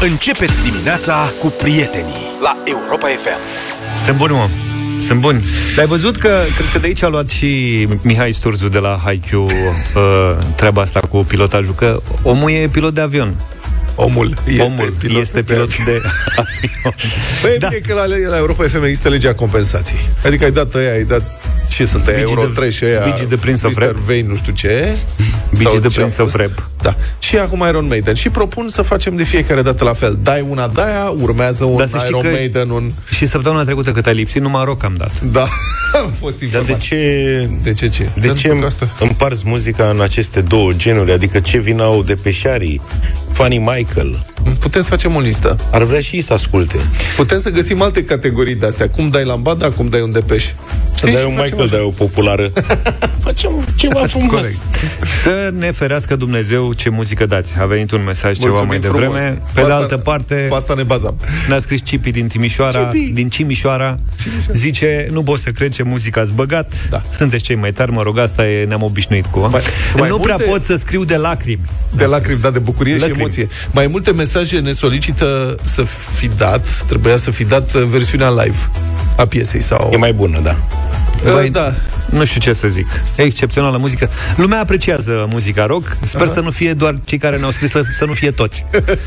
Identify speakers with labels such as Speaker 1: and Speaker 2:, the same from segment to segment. Speaker 1: Începeți dimineața cu prietenii la Europa FM.
Speaker 2: Sunt bun, mă. Sunt bun. Dar ai văzut că, cred că de aici a luat și Mihai Sturzu de la HQ uh, treaba asta cu pilotajul, că omul e pilot de avion.
Speaker 3: Omul este
Speaker 2: omul
Speaker 3: pilot.
Speaker 2: este
Speaker 3: pe
Speaker 2: pilot
Speaker 3: aici.
Speaker 2: de avion.
Speaker 3: Păi
Speaker 2: da.
Speaker 3: da. bine că la, la Europa FM există legea compensației. Adică ai dat aia, ai dat ce sunt aia,
Speaker 2: Bigii
Speaker 3: Euro
Speaker 2: de-
Speaker 3: 3 și aia,
Speaker 2: bigii de prins of
Speaker 3: Mr.
Speaker 2: rap.
Speaker 3: Vane, nu știu ce.
Speaker 2: Bigii
Speaker 3: sau
Speaker 2: de
Speaker 3: ce a
Speaker 2: prins of
Speaker 3: fost.
Speaker 2: rap.
Speaker 3: Da. Și acum Iron Maiden. Și propun să facem de fiecare dată la fel. Dai una de aia, urmează un
Speaker 2: Dar să știi
Speaker 3: Iron
Speaker 2: că-
Speaker 3: Maiden, un...
Speaker 2: Și săptămâna trecută cât ai lipsit, numai rock am dat.
Speaker 3: Da, am fost
Speaker 4: Dar
Speaker 3: informat.
Speaker 4: de ce...
Speaker 3: De ce ce?
Speaker 4: De
Speaker 3: Pentru
Speaker 4: ce
Speaker 3: că
Speaker 4: îmi-
Speaker 3: asta-
Speaker 4: împarți muzica în aceste două genuri? Adică ce vină au de peșarii, Fanny Michael?
Speaker 3: Putem să facem o listă.
Speaker 4: Ar vrea și ei să asculte.
Speaker 3: Putem să găsim alte categorii de astea. Cum dai lambada, cum dai un depeș.
Speaker 4: Să
Speaker 3: Știi?
Speaker 4: dai
Speaker 3: Și
Speaker 4: un
Speaker 3: facem
Speaker 4: Michael,
Speaker 3: așa.
Speaker 4: dai o populară. Facem ceva frumos.
Speaker 2: Corect. Să ne ferească Dumnezeu ce muzică dați. A venit un mesaj ceva
Speaker 3: Mulțumim
Speaker 2: mai
Speaker 3: frumos.
Speaker 2: devreme.
Speaker 3: Cu
Speaker 2: Pe de
Speaker 3: asta-
Speaker 2: altă parte,
Speaker 3: Pe asta ne bazam.
Speaker 2: Ne-a scris Cipi din Timișoara,
Speaker 3: Cipi!
Speaker 2: din Cimișoara, Zice, nu pot să cred ce muzică ați băgat
Speaker 3: Da.
Speaker 2: Sunteți cei mai tari, mă rog, asta e, ne-am obișnuit cu
Speaker 3: mai- sunt mai
Speaker 2: Nu prea
Speaker 3: multe-
Speaker 2: pot să scriu de lacrimi
Speaker 3: De lacrimi, da, de bucurie
Speaker 2: Lacrimi.
Speaker 3: și emoție. Mai multe mesaje ne solicită să fi dat, trebuia să fi dat uh, versiunea live a piesei sau...
Speaker 4: E mai bună, da.
Speaker 3: Uh,
Speaker 2: Băi,
Speaker 3: da.
Speaker 2: Nu știu ce să zic E excepțională muzică Lumea apreciază muzica rock Sper să nu fie doar cei care ne-au scris Să, să nu fie toți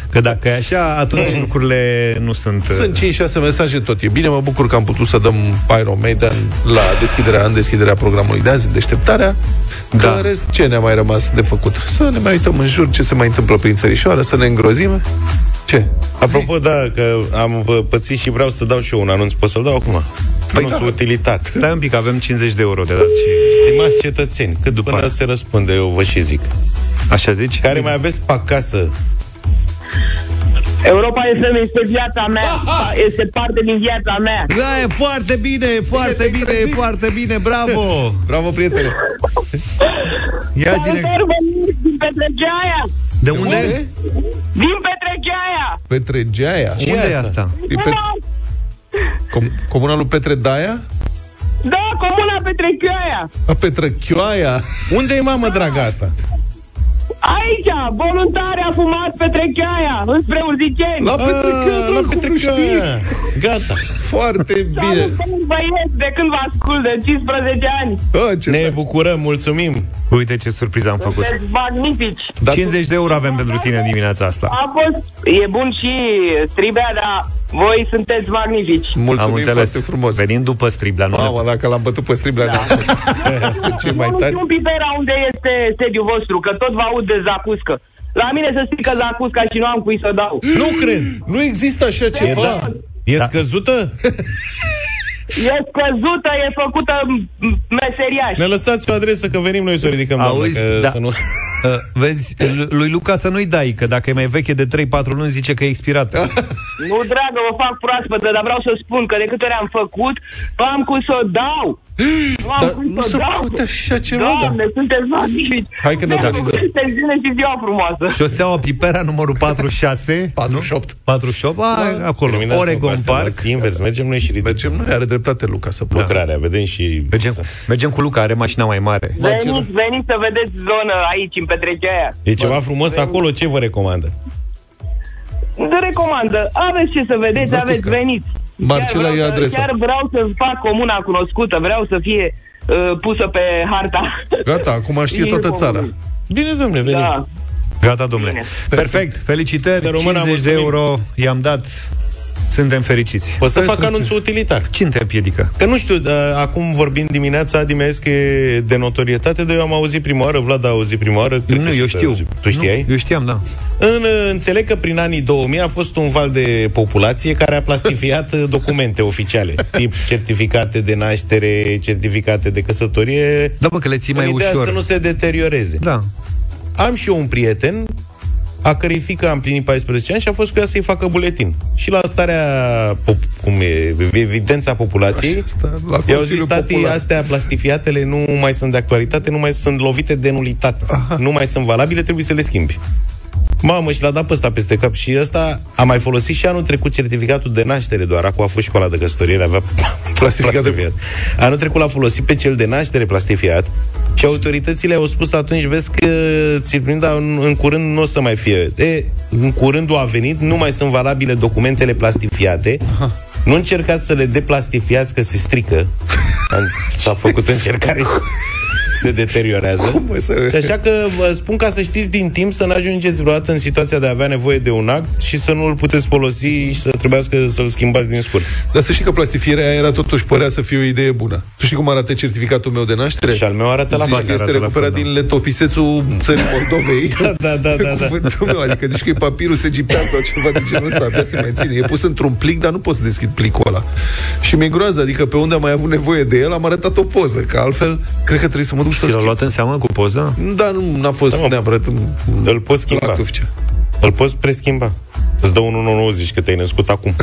Speaker 2: Că dacă e așa, atunci lucrurile
Speaker 3: Da.
Speaker 2: nu sunt
Speaker 3: Sunt 5-6 mesaje tot. E bine, mă bucur că am putut să dăm Iron Maiden la deschiderea, în deschiderea programului de azi, deșteptarea. Că
Speaker 2: Da.
Speaker 3: în rest, ce ne-a mai rămas de făcut? Să ne mai uităm în jur ce se mai întâmplă prin țărișoară, să ne îngrozim. Ce?
Speaker 4: Apropo, da, că am pă- pățit și vreau să dau și eu un anunț. Pot să-l dau acum? anunț
Speaker 2: da.
Speaker 4: utilitat.
Speaker 2: Stai un pic, avem 50 de euro de dat și...
Speaker 4: Stimați cetățeni, cât după până
Speaker 2: aia.
Speaker 4: se răspunde, eu vă și zic.
Speaker 2: Așa zici?
Speaker 4: Care mai aveți pe acasă?
Speaker 5: Europa FM este viața mea, este parte din viața mea.
Speaker 2: Da, e foarte bine, e foarte bine, e foarte bine, bravo!
Speaker 3: Bravo, prietene!
Speaker 2: Ia zine,
Speaker 5: Salutări veniți din Petregeaia!
Speaker 2: de unde?
Speaker 5: Din Petregeaia!
Speaker 3: Petre Geaia.
Speaker 2: Unde e asta?
Speaker 3: E
Speaker 5: Păi
Speaker 3: pe... Com- comuna lui Petre Daia?
Speaker 5: Da, comuna Petregeaia!
Speaker 3: A, Petre Chioaia?
Speaker 4: Unde e mamă draga asta?
Speaker 5: Aici, voluntari a fumat Petregeaia, înspre
Speaker 2: Ah,
Speaker 5: Urziceni!
Speaker 3: La Petre Chioaia,
Speaker 4: la
Speaker 3: dragul, nu
Speaker 4: Petre
Speaker 3: știi?
Speaker 4: Căia. Gata.
Speaker 3: Foarte bine!
Speaker 5: Salutări băieți, de când vă ascult, de 15 ani!
Speaker 3: A, Da, ce
Speaker 4: Ne
Speaker 3: tare.
Speaker 4: bucurăm, mulțumim.
Speaker 2: Uite ce surpriză am făcut. Da.
Speaker 5: Sunteți magnifici!
Speaker 3: Dar tu-
Speaker 2: 50 de euro avem pentru tine dimineața asta.
Speaker 5: A fost, e bun și stribea, dar voi sunteți magnifici!
Speaker 2: Am
Speaker 3: Mulțumim
Speaker 2: înțeles.
Speaker 3: foarte frumos!
Speaker 2: Venim după strip, dar nu
Speaker 3: Mamă, dacă l-am bătut pe striblea da. Este cei mai
Speaker 5: Domnul
Speaker 3: tari
Speaker 5: Ciun Pipera, unde este sediul vostru? Că tot vă aud de Zacuscă. La mine se strică Zacusca și nu am cui să dau.
Speaker 4: Nu cred.
Speaker 3: Nu există așa
Speaker 4: E,
Speaker 3: ceva
Speaker 4: da. e scăzută?
Speaker 5: E scăzută, e făcută m- meseriaș.
Speaker 4: Ne lăsați o adresă că venim noi să o ridicăm,
Speaker 2: Auzi,
Speaker 4: doamnă, că
Speaker 2: da.
Speaker 4: să nu...
Speaker 2: Uh, Vezi, l- lui Luca să nu-i dai, că dacă e mai veche de 3-4 luni, zice că e expirat.
Speaker 5: Nu, dragă, vă fac proaspătă, dar vreau să spun că de câte ori am făcut, nu am cui să o dau. Nu am
Speaker 3: Dar
Speaker 5: cui
Speaker 3: nu
Speaker 5: să
Speaker 3: se
Speaker 5: o dau.
Speaker 3: poate așa ceva da.
Speaker 5: Doamne, sunteți magnifici.
Speaker 3: Hai că ne
Speaker 5: Da,
Speaker 3: organizăm.
Speaker 5: Sunteți zile și ziua frumoasă.
Speaker 2: Șoseaua Pipera, numărul 46,
Speaker 3: 48
Speaker 2: 48, a, acolo,
Speaker 4: Terminați-mă cu
Speaker 2: Oregon
Speaker 4: astea,
Speaker 2: Park.
Speaker 4: dați invers, mergem noi și ridicăm
Speaker 3: Mergem noi, are dreptate Luca să poată
Speaker 4: lucrarea, vedem și...
Speaker 2: Mergem, mergem cu Luca, are mașina mai mare.
Speaker 5: Veniți, veniți să vedeți zonă aici, în Petreceaia.
Speaker 4: E ceva frumos acolo, ce vă recomandă?
Speaker 5: Te recomandă. Aveți ce să vedeți,
Speaker 3: Zacusca.
Speaker 5: aveți veniți.
Speaker 3: Exact, Marcela
Speaker 5: Chiar
Speaker 3: e
Speaker 5: vreau să-
Speaker 3: adresa.
Speaker 5: Chiar vreau să fac comuna cunoscută, vreau să fie uh, pusă pe harta.
Speaker 3: Gata, acum știe
Speaker 5: E
Speaker 3: toată
Speaker 5: bun.
Speaker 3: țara
Speaker 4: Bine, domnule, venim.
Speaker 5: Da.
Speaker 2: Gata, domnule.
Speaker 5: Bine.
Speaker 2: Perfect, felicitări,
Speaker 4: Să rămână,
Speaker 2: 50 de
Speaker 4: mulțumim.
Speaker 2: euro i-am dat, suntem fericiți. Păi,
Speaker 4: O să fac anunțul utilitar.
Speaker 2: Cine te împiedică?
Speaker 4: Că nu știu, da, acum vorbim dimineața, Adi mi-a zis că e de notorietate, dar eu am auzit prima oară, Vlad a auzit prima oară. cred
Speaker 2: Nu,
Speaker 4: că
Speaker 2: eu
Speaker 4: și tu ai
Speaker 2: știu.
Speaker 4: auzit. Tu știai?
Speaker 2: Nu, eu știam, da.
Speaker 4: În, uh, înțeleg că prin anii 2000 a fost un val de populație care a plastifiat uh, documente oficiale, tip certificate de naștere, certificate de căsătorie,
Speaker 2: Da, bă, că le ții mai
Speaker 4: în ideea
Speaker 2: ușor.
Speaker 4: să nu se deterioreze.
Speaker 2: Da.
Speaker 4: Am și eu un prieten a cărei fică a împlinit 14 ani și a fost cu ea să-i facă buletin. Și la starea, pop- cum e, evidența populației,
Speaker 3: Așa, stă la
Speaker 4: i-au
Speaker 3: Consiliul
Speaker 4: zis, tati,
Speaker 3: Popular."
Speaker 4: astea plastifiatele nu mai sunt de actualitate, nu mai sunt lovite de nulitate, nu mai sunt valabile, trebuie să le schimbi. Mamă, și l-a dat pe ăsta peste cap și ăsta a mai folosit și anul trecut certificatul de naștere doar. Acum a fost școala de căsătorie, el avea
Speaker 3: Plastificat.
Speaker 4: plastificat. Anul trecut l-a folosit pe cel de naștere plastificat eh, și autoritățile au spus atunci, vezi că ți dar în, în curând nu o să mai fie. E, în curând a venit, nu mai sunt valabile documentele plastifiate. Nu încercați să le deplastifiați că se strică. Am- S-a făcut încercare și se deteriorează.
Speaker 3: Cum, mă, să-
Speaker 4: și așa că vă spun ca să știți din timp să nu ajungeți vreodată în situația de a avea nevoie de un act și să nu îl puteți folosi și să trebuiască să-l schimbați din scurt.
Speaker 3: Dar să știi că plastifierea aia era totuși părea să fie o idee bună. Tu știi cum arată certificatul meu de naștere?
Speaker 4: Și al meu arată la
Speaker 3: Zici
Speaker 4: fel.
Speaker 3: că este
Speaker 2: Arată la
Speaker 3: recuperat
Speaker 2: fel, da.
Speaker 3: din letopisețul țării Moldovei.
Speaker 4: Da, da, da, da.
Speaker 3: Cuvântul meu, adică zici că e papirul egipian sau ceva de genul ăsta, abia se mai ține. E pus într-un plic, dar nu pot să deschid plicul ăla. Și mi-e groază, adică pe unde am mai avut nevoie de el, am arătat o poză, că altfel cred că trebuie să mă duc să
Speaker 2: Și l-a
Speaker 3: schimb.
Speaker 2: luat în seamă cu poza?
Speaker 3: Dar nu n-a fost
Speaker 4: Da, mă.
Speaker 3: neapărat în-
Speaker 4: Îl poți schimba.
Speaker 3: la Tufcea.
Speaker 4: Îl poți preschimba. Îți dă un 1,90 că te-ai născut acum.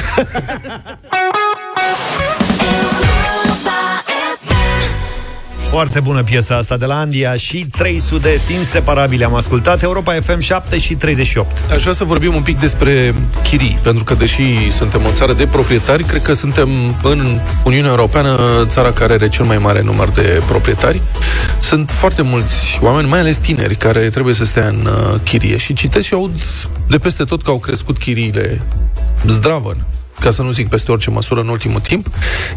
Speaker 2: Foarte bună piesa asta de la Andia și 300 inseparabile am ascultat. Europa FM 7 și 38.
Speaker 3: Aș vrea să vorbim un pic despre chirii, pentru că deși suntem o țară de proprietari, cred că suntem în Uniunea Europeană țara care are cel mai mare număr de proprietari. Sunt foarte mulți oameni, mai ales tineri, care trebuie să stea în uh, chirie și citesc și aud de peste tot că au crescut chiriile zdravăn, ca să nu zic peste orice măsură în ultimul timp.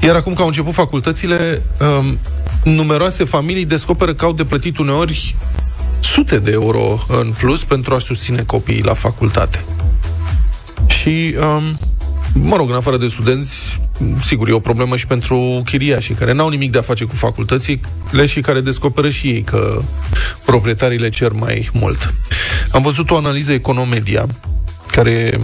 Speaker 3: Iar acum că au început facultățile, um, numeroase familii descoperă că au de plătit uneori sute de euro în plus pentru a susține copiii la facultate. Și, um, mă rog, în afară de studenți, sigur, e o problemă și pentru chiriașii care n-au nimic de a face cu facultățile și care descoperă și ei că proprietarii le cer mai mult. Am văzut o analiză Economedia care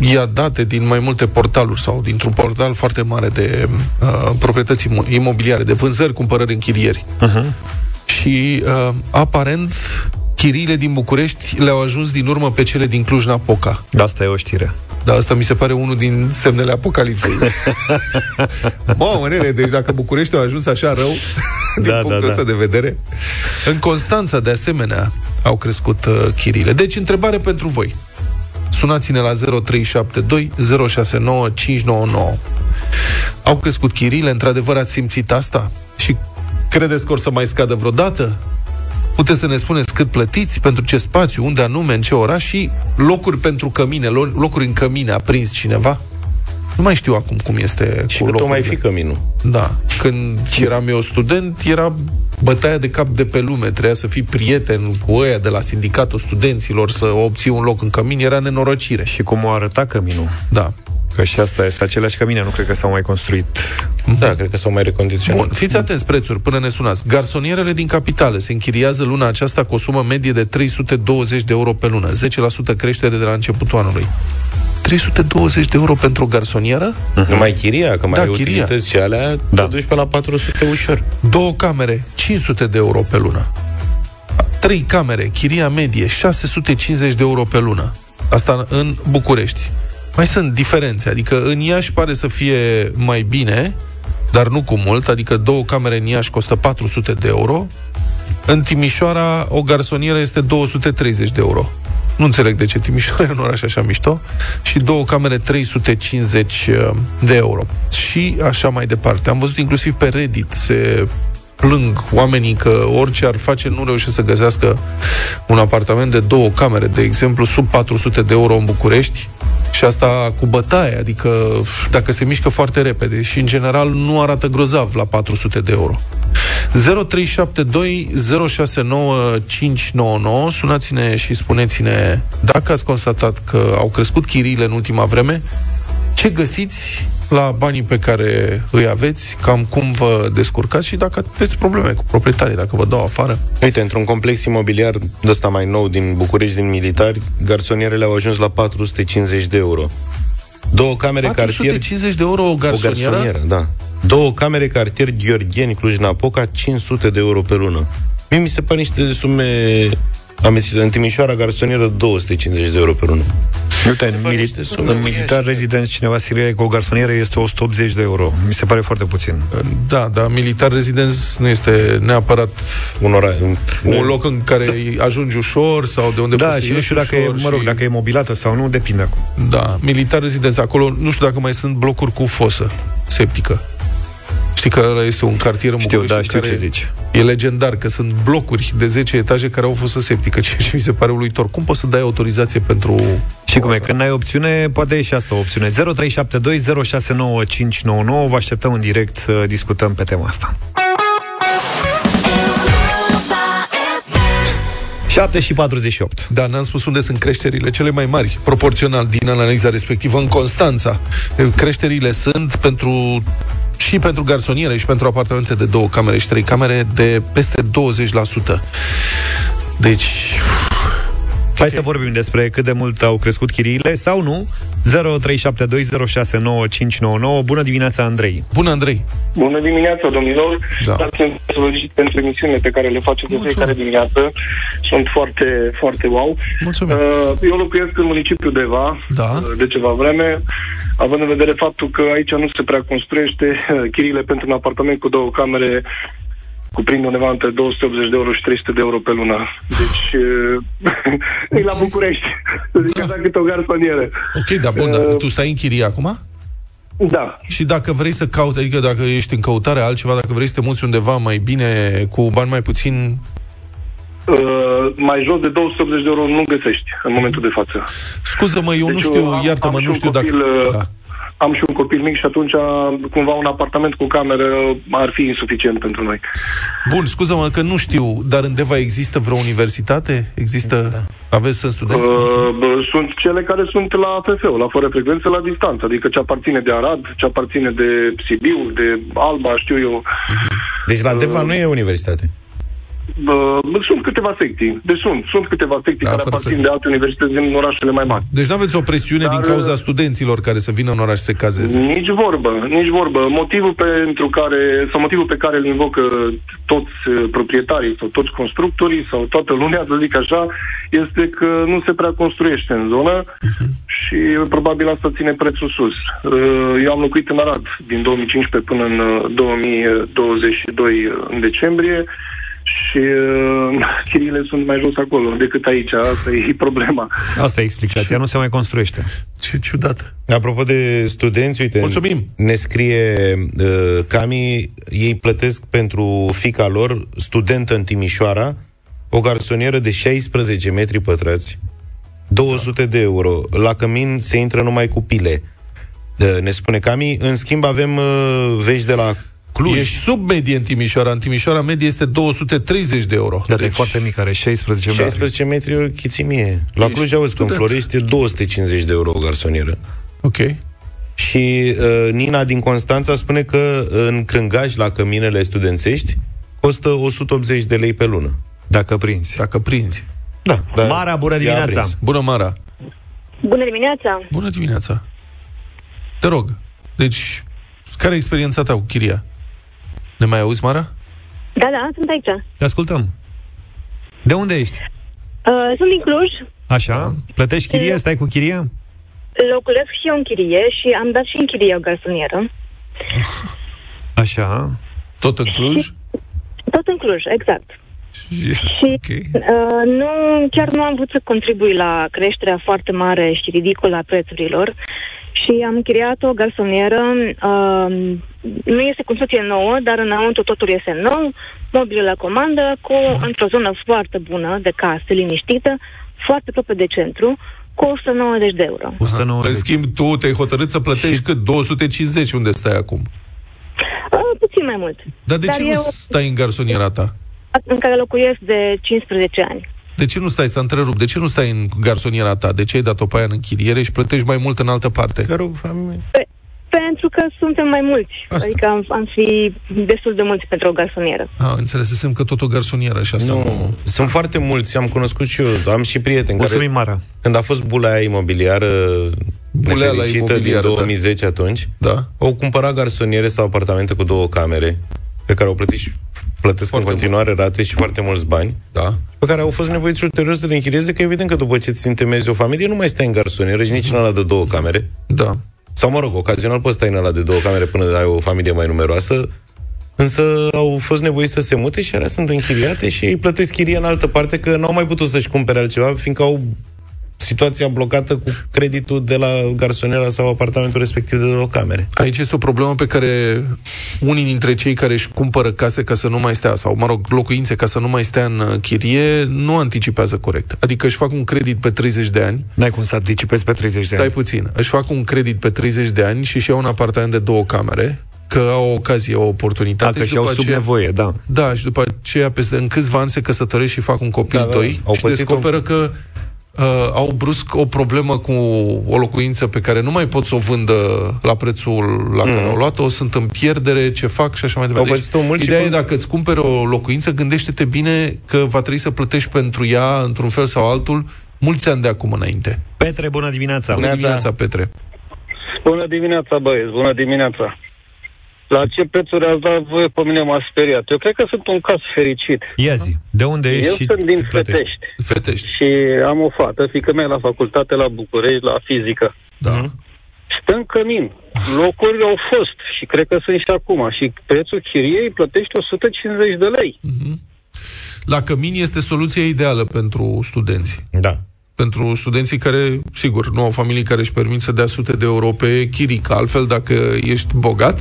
Speaker 3: ia date din mai multe portaluri sau dintr-un portal foarte mare de uh, proprietăți imo- imobiliare, de vânzări, cumpărări, închirieri. Și uh, aparent chiriile din București le-au ajuns din urmă pe cele din Cluj-Napoca.
Speaker 2: Da, asta e o știre.
Speaker 3: Dar asta mi se pare unul din semnele apocalipsei. Mamă, nene, deci dacă București a ajuns așa rău, din
Speaker 2: Da,
Speaker 3: da, punctul
Speaker 2: da,
Speaker 3: da,
Speaker 2: da.
Speaker 3: ăsta de vedere, în Constanța, de asemenea, au crescut uh, chiriile. Deci, întrebare pentru voi. Sunați-ne la 0372 069 599. Au crescut chiriile? Într-adevăr ați simțit asta? Și credeți că or să mai scadă vreodată? Puteți să ne spuneți cât plătiți, pentru ce spațiu, unde anume, în ce oraș și locuri pentru cămine, lo- locuri în cămine a prins cineva? Nu mai știu acum cum este
Speaker 4: Și cât o mai
Speaker 3: locurile.
Speaker 4: fi căminul.
Speaker 3: Da. Când eram eu student, era bătaia de cap de pe lume. Trebuia să fii prieten cu ăia de la sindicatul studenților, să obții un loc în cămin, era nenorocire.
Speaker 2: Și cum o arăta căminul?
Speaker 3: Da.
Speaker 2: Că și asta este același cămin, nu cred că s-au mai construit.
Speaker 4: Da, cred că s-au mai recondiționat.
Speaker 3: Bun, fiți atenți prețuri până ne sunați. Garsonierele din capitală se închiriază luna aceasta cu o sumă medie de 320 de euro pe lună, 10% creștere de la începutul anului. 320 de euro pentru o garsonieră?
Speaker 4: Numai chiria, că mai
Speaker 3: Da,
Speaker 4: ai
Speaker 3: chiria.
Speaker 4: utilități și alea,
Speaker 2: Da.
Speaker 4: da. te duci pe la 400 ușor.
Speaker 3: Două camere, 500 de euro pe lună. Trei camere, chiria medie, 650 de euro pe lună. Asta în București. Mai sunt diferențe, adică în Iași pare să fie mai bine, dar nu cu mult, adică două camere în Iași costă 400 de euro, în Timișoara o garsonieră este 230 de euro. Nu înțeleg de ce Timișoara e un oraș așa mișto. Și două camere 350 uh, de euro. Și așa mai departe. Am văzut inclusiv pe Reddit se plâng oamenii că orice ar face nu reușesc să găsească un apartament de două camere, de exemplu, sub 400 de euro în București și asta cu bătaie, adică f- dacă se mișcă foarte repede și în general nu arată grozav la 400 de euro. 0372 069599 Sunați-ne și spuneți-ne dacă ați constatat că au crescut chiriile în ultima vreme, ce găsiți la banii pe care îi aveți, cam cum vă descurcați și dacă aveți probleme cu proprietarii, dacă vă dau afară.
Speaker 4: Uite, într-un complex imobiliar de ăsta mai nou din București, din militari, garsonierele au ajuns la 450 de euro. Două camere cartier...
Speaker 3: 450 de euro o
Speaker 4: O
Speaker 3: garsonieră?
Speaker 4: garsonieră, da. Două camere cartier Gheorgheni, Cluj-Napoca, 500 de euro pe lună. Mie mi se par niște sume amestite. În Timișoara, garsonieră, 250 de euro pe lună.
Speaker 2: Uite, în,
Speaker 4: pare niște
Speaker 2: mili-
Speaker 4: sume
Speaker 2: în militar rezidenți cineva scrie că o garsonieră este 180 de euro. Mi se pare foarte puțin.
Speaker 3: Da, dar militar rezidenț nu este neapărat
Speaker 4: Un, ora...
Speaker 3: un loc în care ajungi ușor sau de unde poți
Speaker 2: Da,
Speaker 3: să
Speaker 2: și nu
Speaker 3: ieși
Speaker 2: știu dacă e,
Speaker 3: ușor
Speaker 2: mă rog,
Speaker 3: și-
Speaker 2: dacă e mobilată sau nu, depinde acum.
Speaker 3: Da, militar rezidență. Acolo nu știu dacă mai sunt blocuri cu fosă septică. Știi că ăla este un cartier în
Speaker 2: Știu,
Speaker 3: București
Speaker 2: da,
Speaker 3: în
Speaker 2: știu
Speaker 3: care
Speaker 2: ce zici.
Speaker 3: E legendar că sunt blocuri de 10 etaje care au fost septică, ceea ce mi se pare uluitor. Cum poți să dai autorizație pentru...
Speaker 2: Și cum e, când n-ai opțiune, poate e și asta o opțiune. 0372069599, vă așteptăm în direct să discutăm pe tema asta. 7 și 48.
Speaker 3: Da, n-am spus unde sunt creșterile cele mai mari, proporțional din analiza respectivă, în Constanța. Creșterile sunt pentru și pentru garsoniere și pentru apartamente de două camere și trei camere de peste 20%. Deci,
Speaker 2: Hai să vorbim despre cât de mult au crescut chiriile sau nu. 0372069599. Bună dimineața, Andrei.
Speaker 3: bună, Andrei!
Speaker 6: Bună dimineața, domnilor!
Speaker 3: Da.
Speaker 6: Dați-mi să vă felicit pentru emisiune pe care le faceți de fiecare dimineață. Sunt foarte, foarte wow.
Speaker 3: Mulțumim.
Speaker 6: Uh, Eu locuiesc în municipiul Deva
Speaker 3: Da.
Speaker 6: uh, de ceva vreme, având în vedere faptul că aici nu se prea construiește uh, chiriile pentru un apartament cu două camere cuprind undeva între 280 de euro și 300 de euro pe lună. Deci, uh, e la București, să zic așa, câte o garsonieră.
Speaker 3: Da. Ok, dar bun,
Speaker 6: Uh,
Speaker 3: dar tu stai în chirie acum?
Speaker 6: Da,
Speaker 3: Și dacă vrei să cauți, adică dacă ești în căutare altceva, dacă vrei să te muți undeva mai bine, cu bani mai puțin,
Speaker 6: uh, mai jos de 280 de euro nu găsești în momentul de față.
Speaker 3: scuză-mă, eu nu
Speaker 6: Deci
Speaker 3: știu,
Speaker 6: eu am-
Speaker 3: iartă-mă,
Speaker 6: am
Speaker 3: nu
Speaker 6: și
Speaker 3: știu
Speaker 6: un
Speaker 3: dacă...
Speaker 6: copil, uh,
Speaker 3: da.
Speaker 6: Am și un copil mic și atunci cumva un apartament cu cameră ar fi insuficient pentru noi.
Speaker 3: Bun, scuză-mă că nu știu, dar în Deva există vreo universitate? Există? Da. Aveți sunt
Speaker 6: Uh,
Speaker 3: studenți? Uh...
Speaker 6: bă, sunt cele care sunt la APF, la fără frecvență, la distanță, adică ce aparține de Arad, ce aparține de Sibiu, de Alba, știu eu. Uh,
Speaker 4: Deci la Deva nu e universitate.
Speaker 6: Bă, bă, sunt câteva secții, deci sunt, sunt câteva secții
Speaker 3: Da,
Speaker 6: care
Speaker 3: fără
Speaker 6: aparțin de
Speaker 3: frecvență.
Speaker 6: alte universități din orașele mai mari.
Speaker 3: Deci nu aveți o presiune
Speaker 6: Dar,
Speaker 3: din cauza
Speaker 6: uh,
Speaker 3: studenților care să vină în oraș să se cazeze?
Speaker 6: Nici vorbă, nici vorbă. Motivul pentru care, sau motivul pe care îl invocă toți eh, proprietarii sau toți constructorii sau toată lumea, să zic așa, este că nu se prea construiește în zonă și eh, probabil asta ține prețul sus. Eh, Eu am locuit în Arad din 2015 până în eh, 2022 eh, în decembrie și eh, chiriile sunt mai jos acolo decât aici, asta e problema.
Speaker 2: Asta e explicația, nu se mai construiește.
Speaker 3: Ce ciudat!
Speaker 4: Apropo de studenți, uite,
Speaker 3: Mulțumim.
Speaker 4: ne scrie uh, Cami, ei plătesc pentru fica lor, studentă în Timișoara, o garsonieră de 16 metri pătrați, 200 de euro. La cămin se intră numai cu pile, uh, ne spune Cami. În schimb avem uh, vești de la Cluj.
Speaker 3: Ești sub medie în Timișoara. În Timișoara medie este 230 de euro. Deci-
Speaker 2: Data e foarte mică, are 16 metri.
Speaker 4: 16 metri e o chițimie. La
Speaker 3: Ești
Speaker 4: Cluj, auzi, că în
Speaker 3: student.
Speaker 4: Florești e 250 de euro o garsonieră.
Speaker 3: Ok.
Speaker 4: Și uh, Nina din Constanța spune că uh, în Crângaș, la căminele studențești, costă 180 de lei pe lună.
Speaker 2: Dacă prinzi.
Speaker 3: Dacă prinzi.
Speaker 4: Da, da.
Speaker 2: Mara, bună
Speaker 4: ea a
Speaker 2: dimineața!
Speaker 4: prins.
Speaker 3: Bună, Mara!
Speaker 7: Bună dimineața!
Speaker 3: Bună dimineața! Te rog. Deci, care e experiența ta cu chiria? Ne mai auzi, Mara?
Speaker 7: Da, da, sunt aici.
Speaker 2: Te ascultăm. De unde ești?
Speaker 7: Uh, sunt din Cluj,
Speaker 2: Așa? Plătești chirie? Stai cu chirie?
Speaker 7: locuiesc și eu în chirie și am dat și în chirie o garsonieră.
Speaker 2: Așa.
Speaker 3: Tot în Cluj?
Speaker 7: Tot în Cluj, exact. Și
Speaker 3: Ok.
Speaker 7: uh, nu, chiar nu am vrut să contribui la creșterea foarte mare și ridicolă a prețurilor și am chiriat o garsonieră, uh, nu este construcție nouă, dar înăuntru totul este nou, mobile la comandă, cu, într-o zonă foarte bună de case, liniștită, foarte aproape de centru, cu 190 de euro.
Speaker 3: În
Speaker 2: 190.
Speaker 3: schimb, tu te-ai hotărât să plătești și... cât? 250 unde stai acum.
Speaker 7: Uh, puțin mai mult.
Speaker 3: Dar de
Speaker 7: Dar
Speaker 3: ce
Speaker 7: eu-
Speaker 3: nu stai în garsoniera ta?
Speaker 7: în care locuiesc de 15 ani.
Speaker 3: De ce nu stai să întrerup? De ce nu stai în garsoniera ta? De ce ai dat-o pe aia în închiriere și plătești mai mult în altă parte?
Speaker 4: Că rog, fam-
Speaker 7: Pentru că suntem mai mulți.
Speaker 3: Asta.
Speaker 7: Asta. Adică am, am fi destul de mulți pentru o garsonieră.
Speaker 3: A, înțelesesem că tot o garsonieră și asta nu...
Speaker 4: Nu, sunt foarte mulți, am cunoscut și eu, am și prieteni
Speaker 2: Mulțumim,
Speaker 4: care,
Speaker 2: Mara.
Speaker 4: când a fost bula aia imobiliară
Speaker 3: Buleala
Speaker 4: nefericită
Speaker 3: imobiliară,
Speaker 4: din
Speaker 3: da.
Speaker 4: 2010 atunci,
Speaker 3: Da?
Speaker 4: au cumpărat garsoniere sau apartamente cu două camere, pe care au plătit și plătesc
Speaker 3: Foarte
Speaker 4: în continuare rate și foarte mulți bani.
Speaker 3: Da?
Speaker 4: pe care au fost nevoiți ulterior să le închirieze, că evident că după ce ți întemeiezi o familie, nu mai stai în garsonieră și nici în ala de două camere.
Speaker 3: Da.
Speaker 4: Sau, mă rog, ocazional poți stai în ala de două camere până ai o familie mai numeroasă, însă au fost nevoiți să se mute și alea sunt închiriate și ei plătesc chirie în altă parte, că n-au mai putut să-și cumpere altceva, fiindcă au situația blocată cu creditul de la garsonera sau apartamentul respectiv de două camere.
Speaker 3: Aici este o problemă pe care unii dintre cei care își cumpără case ca să nu mai stea, sau, mă rog, locuințe ca să nu mai stea în uh, chirie, nu anticipează corect. Adică își fac un credit pe 30 de ani,
Speaker 2: N-ai cum să anticipezi pe 30 de
Speaker 3: Stai
Speaker 2: ani.
Speaker 3: puțin. Își fac un credit pe 30 de ani și își iau un apartament de două camere, că au o ocazie, o
Speaker 2: Da,
Speaker 3: oportunitate
Speaker 2: că și-au sub nevoie, da.
Speaker 3: Da, și după aceea, peste în câțiva ani, se căsătoresc și fac un copil,
Speaker 4: Da,
Speaker 3: da,
Speaker 4: da,
Speaker 3: doi,
Speaker 4: au
Speaker 3: și
Speaker 4: pățit
Speaker 3: descoperă că uh, au brusc o problemă cu o locuință pe care nu mai pot să o vândă la prețul la care au luat-o, sunt în pierdere, ce fac și așa mai departe.
Speaker 4: Mhm.
Speaker 3: Deci,
Speaker 4: Au pățit-o mult și
Speaker 3: ideea e,
Speaker 4: până-
Speaker 3: dacă îți cumperi o locuință, gândește-te bine că va trebui să plătești pentru ea, într-un fel sau altul, mulți ani de acum înainte.
Speaker 2: Petre, bună dimineața!
Speaker 3: Bună dimineața, Petre!
Speaker 8: Bună dimineața, băieți, bună dimineața. La ce prețuri ați dat voi pe mine m-a speriat? Eu cred că sunt un caz fericit.
Speaker 2: Ia zi, de unde ești
Speaker 8: Eu
Speaker 2: și
Speaker 8: sunt din
Speaker 2: cât plătești?
Speaker 8: Fetești
Speaker 3: Fetești,
Speaker 8: și am o fată, fiică mea e la facultate la București, la fizică.
Speaker 3: da?
Speaker 8: Stă în cămin. Locuri au fost și cred că sunt și acum. Și prețul chiriei plătești 150 de lei.
Speaker 3: Mhm. La cămin este soluția ideală pentru studenți.
Speaker 4: Da.
Speaker 3: pentru studenții care, sigur, nu au familii care își permit să dea sute de euro pe chirică. Altfel, dacă ești bogat,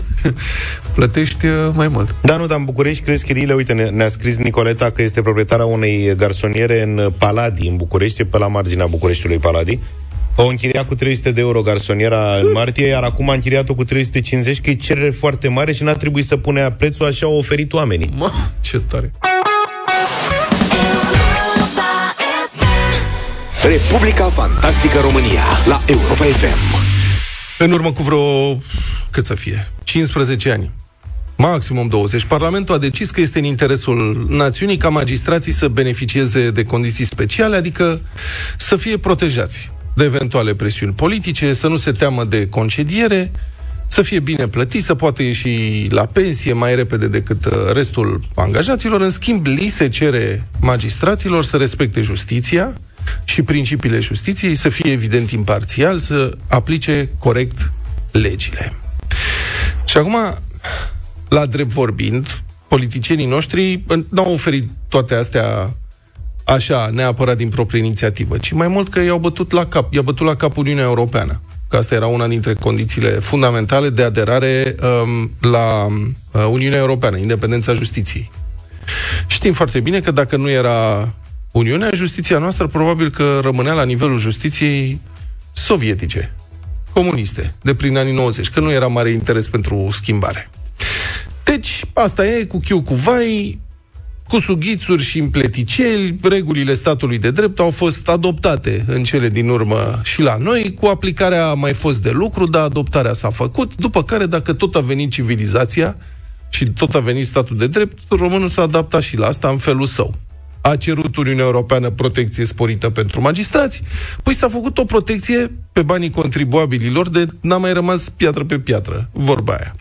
Speaker 3: plătești uh, mai mult.
Speaker 4: Da, nu, dar în București crezi chiriile, uite, ne- ne-a scris Nicoleta că este proprietara unei garsoniere în Paladi, în București, e pe la marginea Bucureștiului Paladi. O închiria cu 300 de euro garsoniera în martie, iar acum a închiriat-o cu 350, că e cerere foarte mare și n-a trebuit să pune ea prețul, așa au oferit oamenii.
Speaker 3: Mă, ce tare!
Speaker 1: Republica Fantastică România la Europa FM.
Speaker 3: În urmă cu vreo, cât să fie, 15 ani, maximum 20, Parlamentul a decis că este în interesul națiunii ca magistrații să beneficieze de condiții speciale, adică să fie protejați de eventuale presiuni politice, să nu se teamă de concediere, să fie bine plătiți, să poată ieși la pensie mai repede decât uh, restul angajaților. În schimb, li se cere magistraților să respecte justiția și principiile justiției, să fie evident imparțial, să aplice corect legile. Și acum, la drept vorbind, politicienii noștri în- n-au oferit toate astea așa, neapărat din proprie inițiativă, ci mai mult că i-au bătut la cap, i-a bătut la cap Uniunea Europeană. Că asta era una dintre condițiile fundamentale de aderare um, la um, Uniunea Europeană, independența justiției. Știm foarte bine că dacă nu era Uniunea, justiția noastră probabil că rămânea la nivelul justiției sovietice, comuniste, de prin anii 90, că nu era mare interes pentru schimbare. Deci, asta e, cu chiu cu vai, cu sughițuri și împleticeli, regulile statului de drept au fost adoptate în cele din urmă și la noi, cu aplicarea a mai fost de lucru, dar adoptarea s-a făcut, după care, dacă tot a venit civilizația și tot a venit statul de drept, românul s-a adaptat și la asta în felul său. A cerut Uniunea Europeană protecție sporită pentru magistrați, păi s-a făcut o protecție pe banii contribuabililor de n-a mai rămas piatră pe piatră, vorba aia.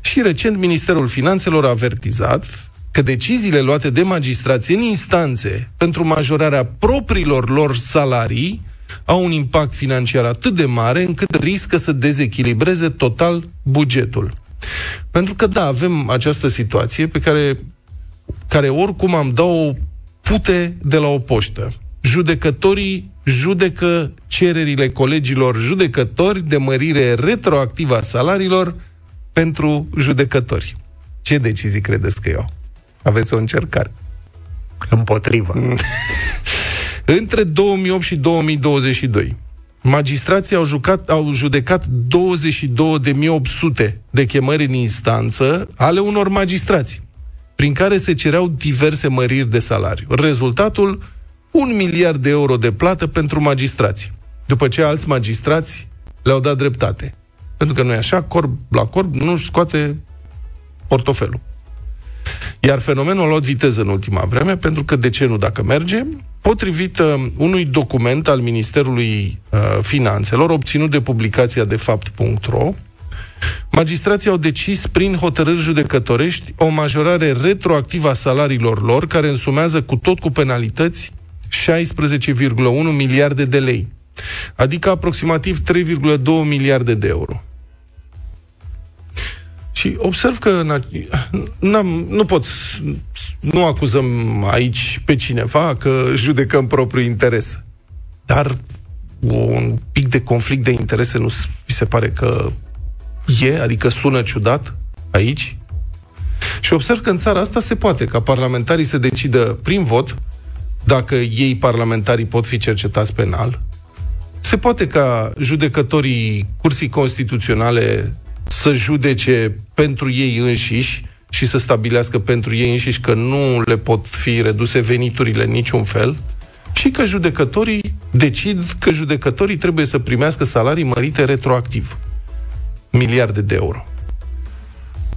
Speaker 3: Și recent Ministerul Finanțelor a avertizat că deciziile luate de magistrați în instanțe pentru majorarea propriilor lor salarii au un impact financiar atât de mare încât riscă să dezechilibreze total bugetul. Pentru că, da, avem această situație pe care, care oricum am dat o pute de la o poștă. Judecătorii judecă cererile colegilor judecători de mărire retroactivă a salariilor pentru judecători. Ce decizii credeți că iau? Aveți o încercare. Mm.
Speaker 2: Împotriva.
Speaker 3: Între 2008 și 2022, magistrații au, jucat, au judecat 22.800 de chemări în instanță ale unor magistrați, prin care se cereau diverse măriri de salariu. Rezultatul, un miliard de euro de plată pentru magistrați. După ce alți magistrați le-au dat dreptate. Pentru că nu e așa, corb la corb nu-și scoate portofelul. Iar fenomenul a luat viteză în ultima vreme, pentru că, de ce nu dacă merge? Potrivit uh, unui document al Ministerului uh, Finanțelor, obținut de publicația de fapt.ro, magistrații au decis prin hotărâri judecătorești o majorare retroactivă a salariilor lor, care însumează cu tot cu penalități 16,1 miliarde de lei, adică aproximativ 3,2 miliarde de euro. Și observ că n- n-am, nu pot, s- nu acuzăm aici pe cineva că judecăm propriul interes. Dar un pic de conflict de interese nu s- vi se pare că e? Adică sună ciudat aici? Și observ că în țara asta se poate ca parlamentarii să decidă prin vot dacă ei, parlamentarii, pot fi cercetați penal. Se poate ca judecătorii Curții Constituționale să judece pentru ei înșiși și să stabilească pentru ei înșiși că nu le pot fi reduse veniturile în niciun fel și că judecătorii decid că judecătorii trebuie să primească salarii mărite retroactiv. Miliarde de euro.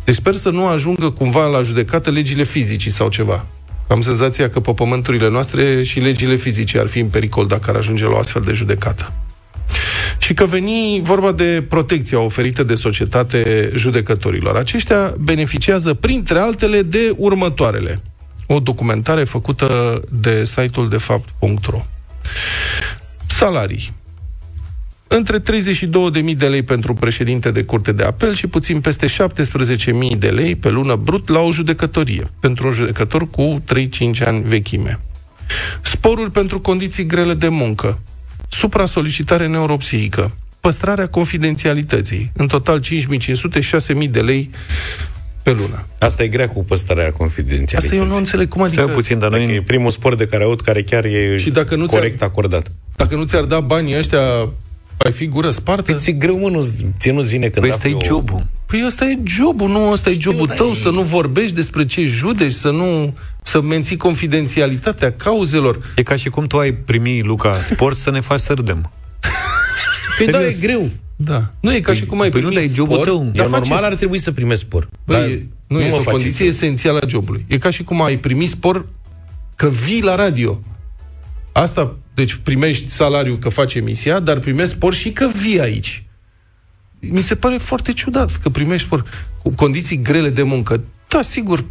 Speaker 3: Deci sper să nu ajungă cumva la judecată legile fizicii sau ceva. Am senzația că pe pământurile noastre și legile fizice ar fi în pericol dacă ar ajunge la o astfel de judecată. Și că veni vorba de protecția oferită de societate judecătorilor. Aceștia beneficiază, printre altele, de următoarele. O documentare făcută de site-ul de fapt.ro Salarii între 32.000 de lei pentru președinte de curte de apel și puțin peste 17.000 de lei pe lună brut la o judecătorie, pentru un judecător cu 3-5 ani vechime. Sporuri pentru condiții grele de muncă, suprasolicitare neuropsihică, păstrarea confidențialității, în total 5.500-6.000 de lei pe lună.
Speaker 4: Asta e grea cu păstrarea
Speaker 3: Asta
Speaker 4: confidențialității.
Speaker 3: eu nu înțeleg cum
Speaker 2: Adică,
Speaker 3: adică...
Speaker 2: puțin, dar
Speaker 4: Dacă e
Speaker 2: noi...
Speaker 4: primul spor de care aud, care chiar e
Speaker 3: Și dacă nu ți-ar-
Speaker 4: corect acordat.
Speaker 3: Dacă nu ți-ar da banii ăștia, ai fi gură spartă?
Speaker 4: Păi ți greu, mă, nu, ți nu vine când
Speaker 2: Păi ăsta
Speaker 4: afli
Speaker 2: e
Speaker 4: o-
Speaker 2: jobul.
Speaker 3: Păi ăsta e jobul, nu? Ăsta e jobul tău, să nu vorbești despre ce judeci, să nu să menții confidențialitatea cauzelor.
Speaker 2: E ca și cum tu ai primi, Luca, sport să ne faci să râdem.
Speaker 4: Păi da, e
Speaker 2: Serios.
Speaker 4: greu.
Speaker 3: Da. Nu e ca și cum ai
Speaker 2: păi nu,
Speaker 3: primit
Speaker 2: dar e jobul
Speaker 3: spor,
Speaker 2: tău.
Speaker 3: dar
Speaker 4: Eu
Speaker 3: face-
Speaker 4: normal ar trebui să primesc spor.
Speaker 3: Băi, e- nu, nu
Speaker 4: mă
Speaker 3: este o
Speaker 4: faceți.
Speaker 3: condiție esențială a jobului. E ca și cum ai primi spor că vii la radio. Asta, deci primești salariul că faci emisia, dar primești spor și că vii aici. Mi se pare foarte ciudat că primești spor cu condiții grele de muncă. Da, sigur,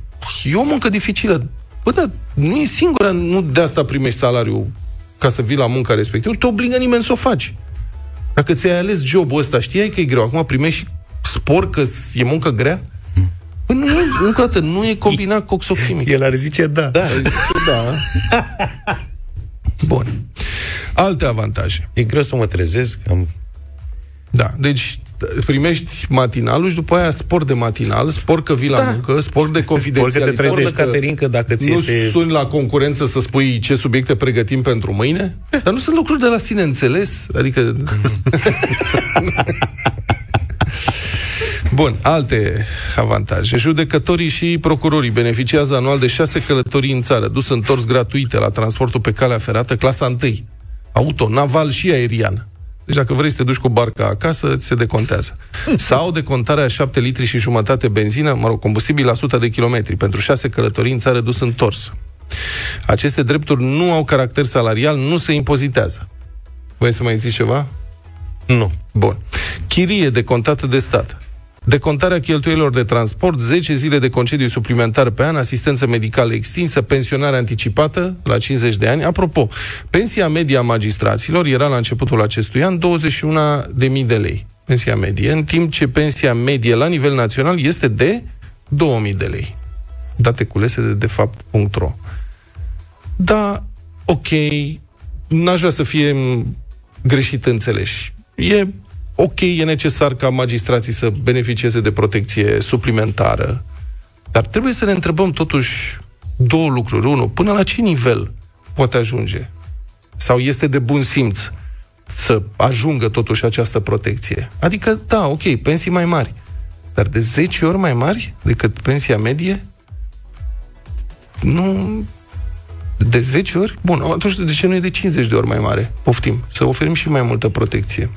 Speaker 3: e o muncă dificilă. Bă, dar nu e singura, nu de asta primești salariul ca să vii la munca respectivă. Nu te obligă nimeni să o faci. Dacă ți-ai ales jobul ăsta, știai că e greu. Acum primești și spor că e muncă grea? Păi nu, e- încă o dată, nu e combinat coxochimic.
Speaker 4: El ar zice da.
Speaker 3: Da, îi zice, da. Bun. Alte avantaje.
Speaker 4: E greu să mă trezesc. Am...
Speaker 3: Da, deci t- primești matinalul și după aia spor de matinal, spor că vii la da. muncă, spor de confidențialitate.
Speaker 4: Spor de Caterinca, dacă ți
Speaker 3: nu
Speaker 4: este-
Speaker 3: suni la concurență să spui ce subiecte pregătim pentru mâine? Eh, Dar nu sunt lucruri de la sine înțeles? Adică... Bun, alte avantaje. Judecătorii și procurorii beneficiază anual de șase călătorii în țară, dus întors gratuite la transportul pe calea ferată, clasa 1, auto, naval și aerian. Deci dacă vrei să te duci cu barca acasă, ți se decontează. Sau decontarea 7 litri și jumătate benzină, mă rog, combustibil la 100 de kilometri, pentru șase călătorii în țară dus întors. Aceste drepturi nu au caracter salarial, nu se impozitează. Voi să mai zici ceva?
Speaker 4: Nu.
Speaker 3: Bun. Chirie decontată de stat. Decontarea cheltuielor de transport, 10 zile de concediu suplimentar pe an, asistență medicală extinsă, pensionare anticipată la 50 de ani. Apropo, pensia media a magistraților era la începutul acestui an 21.000 de lei, pensia medie, în timp ce pensia medie la nivel național este de 2.000 de lei. Date culese de defapt.ro da, ok, n-aș vrea să fie m, greșit înțeleși. E ok, e necesar ca magistrații să beneficieze de protecție suplimentară, dar trebuie să ne întrebăm totuși două lucruri. Unu, până la ce nivel poate ajunge? Sau este de bun simț să ajungă totuși această protecție? Adică, da, ok, pensii mai mari, dar de 10 ori mai mari decât pensia medie? Nu, de 10 ori? Bun, atunci de ce nu e de 50 de ori mai mare? Poftim, să oferim și mai multă protecție.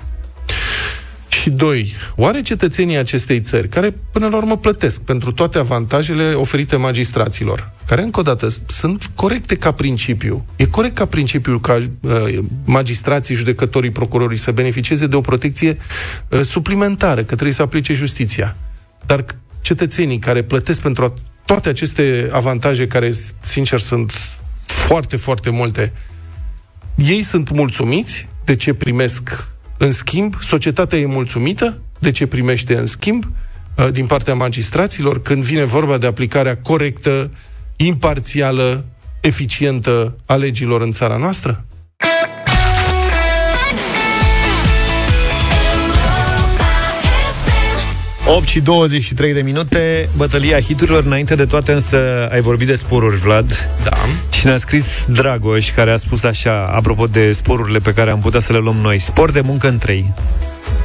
Speaker 3: Și doi, oare cetățenii acestei țări, care până la urmă plătesc pentru toate avantajele oferite magistraților, care încă o dată s- sunt corecte ca principiu, e corect ca principiu ca uh, magistrații, judecătorii, procurorii să beneficieze de o protecție uh, suplimentară, că trebuie să aplice justiția. Dar c- cetățenii care plătesc pentru a- toate aceste avantaje, care s- sincer sunt foarte, foarte multe, ei sunt mulțumiți de ce primesc în schimb, societatea e mulțumită de ce primește în schimb uh, din partea magistraților când vine vorba de aplicarea corectă, imparțială, eficientă a legilor în țara noastră?
Speaker 2: 8 și 23 de minute, bătălia hiturilor. Înainte de toate însă ai vorbit de sporuri, Vlad.
Speaker 3: Da.
Speaker 2: Și ne-a scris Dragoș, care a spus așa, apropo de sporurile pe care am putea să le luăm noi. Spor de muncă în trei.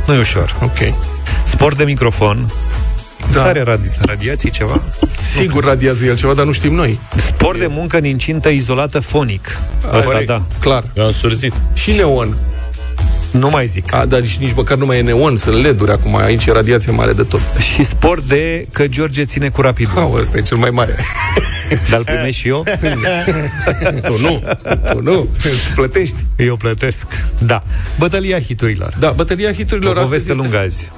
Speaker 2: nu e ușor.
Speaker 3: Ok.
Speaker 2: Spor de microfon. Da.
Speaker 3: Da.
Speaker 2: Sare radi- radiații, ceva.
Speaker 3: Sigur radiază el ceva, dar nu știm noi.
Speaker 2: Spor de muncă în incintă izolată fonic. Asta
Speaker 3: Corect.
Speaker 2: da.
Speaker 3: Clar.
Speaker 4: Eu am surzit.
Speaker 3: Și neon.
Speaker 2: Nu mai zic.
Speaker 3: A, dar și nici măcar nu mai e neon, sunt LED-uri acum, aici e radiație mare de tot.
Speaker 2: Și spor de că George ține cu rapidul.
Speaker 3: Au, ăsta e cel mai mare.
Speaker 2: Dar îl primești și eu?
Speaker 4: Tu nu.
Speaker 3: tu nu, tu plătești.
Speaker 2: Eu plătesc. Da. Bătălia hiturilor.
Speaker 3: Da, bătălia hiturilor
Speaker 2: O
Speaker 3: astăzi
Speaker 2: poveste
Speaker 3: este...
Speaker 2: lungă azi.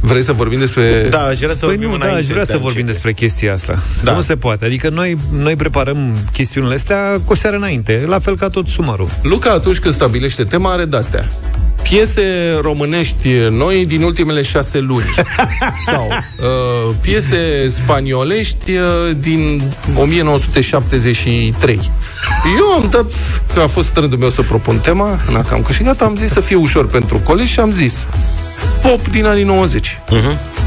Speaker 3: Vrei să vorbim despre...
Speaker 4: Da, aș vrea să
Speaker 2: Păi
Speaker 4: vorbim
Speaker 2: nu, da,
Speaker 4: înainte
Speaker 2: aș vrea să
Speaker 4: a
Speaker 2: vorbim
Speaker 4: începe.
Speaker 2: despre chestia asta.
Speaker 4: Da.
Speaker 2: Nu se poate. Adică noi, noi preparăm chestiunile astea cu o seară înainte, la fel ca tot sumarul.
Speaker 3: Luca, atunci când stabilește tema, are de-astea. Piese românești noi din ultimele șase luni. Sau uh, piese spaniolești uh, din 1973. Eu am dat, că a fost rândul meu să propun tema, na, că am câștigat, am zis să fie ușor pentru colegi și am zis pop din anii 90.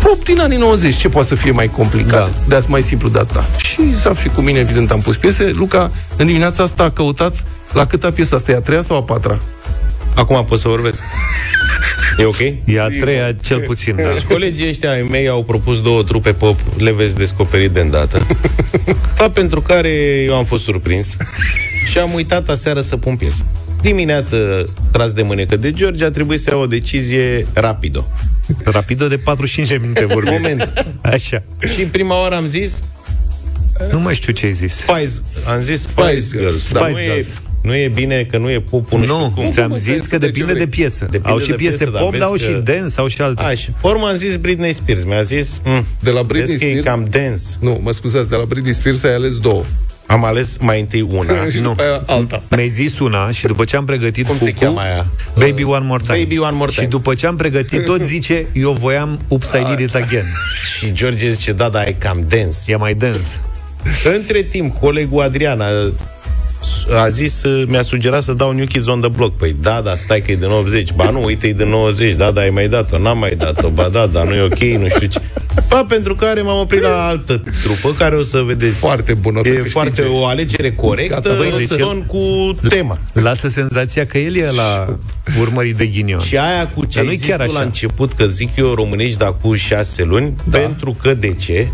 Speaker 3: Pop din anii 90, ce poate să fie mai complicat?
Speaker 2: Da.
Speaker 3: Da. De-ați mai simplu data. Și Zaf și cu mine, evident, am pus piese. Luca, în dimineața asta a căutat la câta piesă asta e, a treia sau a patra?
Speaker 4: Acum pot să vorbesc. E ok? Deci,
Speaker 2: E a treia, cel puțin, da.
Speaker 4: Colegii ăștia ai mei au propus două trupe pop, le veți descoperi de îndată. Fapt pentru care eu am fost surprins și am uitat aseară să pun piesă. Dimineață, tras de mânecă de George, a trebuit să iau o decizie rapido.
Speaker 2: Rapido de 45 de minute vorbim.
Speaker 4: Moment.
Speaker 2: Așa.
Speaker 4: Și prima oară am zis
Speaker 2: Nu mai știu ce ai zis.
Speaker 4: Spice, am zis Spice,
Speaker 3: Spice
Speaker 4: Girls.
Speaker 3: Girls,
Speaker 2: da.
Speaker 4: Dar
Speaker 2: Spice
Speaker 4: nu,
Speaker 2: Girls.
Speaker 4: E, nu e bine că nu e pop nu, știu
Speaker 2: Nu,
Speaker 4: cum.
Speaker 2: ți-am
Speaker 3: mă,
Speaker 2: zis
Speaker 3: stai
Speaker 2: că
Speaker 3: să de
Speaker 2: depinde
Speaker 3: ce
Speaker 2: de
Speaker 3: vrei.
Speaker 2: piesă.
Speaker 4: Depinde
Speaker 2: au și
Speaker 4: de
Speaker 2: piese
Speaker 4: piesă, dar
Speaker 2: pop,
Speaker 4: vezi
Speaker 2: dar au și
Speaker 4: că-
Speaker 2: dance, au și alte.
Speaker 4: Așa. Ormă am zis Britney Spears. Mi-a zis... Mm,
Speaker 3: De la
Speaker 4: vezi
Speaker 3: Britney
Speaker 4: că e
Speaker 3: Spears?
Speaker 4: cam dance.
Speaker 3: Nu, mă scuzați, de la Britney Spears ai ales două.
Speaker 4: Am ales mai întâi una.
Speaker 3: și
Speaker 2: nu.
Speaker 3: după aia alta.
Speaker 2: Mi-ai zis una și după ce am pregătit
Speaker 4: Cum
Speaker 2: cu
Speaker 4: se cheamă aia?
Speaker 2: Baby One More Time.
Speaker 4: Baby One More Time.
Speaker 2: Și după ce am pregătit tot zice, eu voiam Oops, I Did It Again.
Speaker 4: Și George zice, da, da, e cam dens.
Speaker 2: E mai dens.
Speaker 4: Între timp, colegul Adrian a, a zis, mi-a sugerat să dau New Kids on the Block. Păi da, da, stai că e din 80. Ba nu, uite, e din 90. Da, da, ai mai dat-o, n-am mai dat-o. Ba da, da, nu e ok, nu știu ce. Pa, pentru care m-am oprit la altă trupă, care o să vedeți.
Speaker 3: Foarte bun, o să
Speaker 4: E
Speaker 3: câștige.
Speaker 4: foarte o alegere corectă,
Speaker 3: Gata,
Speaker 2: băi,
Speaker 4: în
Speaker 2: deci el-
Speaker 4: ton cu tema.
Speaker 2: Lasă senzația că el e la urmării de ghinion.
Speaker 4: Și aia cu ce
Speaker 2: Dar
Speaker 4: ai
Speaker 2: nu-i
Speaker 4: zis
Speaker 2: chiar
Speaker 4: tu la
Speaker 2: așa.
Speaker 4: început, că zic eu românești, dar cu șase luni, da. pentru că de ce?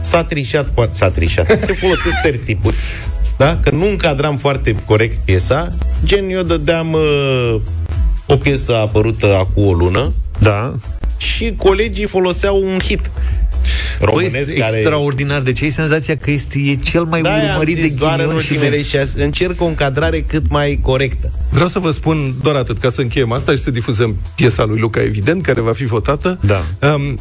Speaker 4: S-a trișat, foarte- s-a trișat, se folosesc tertipuri. Da? Că nu încadram foarte corect piesa, gen eu dădeam uh, o piesă apărută acum o lună
Speaker 2: Da?
Speaker 4: și colegii foloseau un hit.
Speaker 2: Băi,
Speaker 4: Românesc
Speaker 2: este
Speaker 4: care...
Speaker 2: extraordinar. Deci ai senzația că este e cel mai
Speaker 4: Da, am
Speaker 2: urmărit de
Speaker 4: zis, doar în
Speaker 2: ghinion și de...
Speaker 4: ultimele șase, încerc o încadrare cât mai corectă.
Speaker 3: Vreau să vă spun doar atât, ca să încheiem asta și să difuzăm piesa lui Luca, evident, care va fi votată.
Speaker 2: Da.
Speaker 3: Um,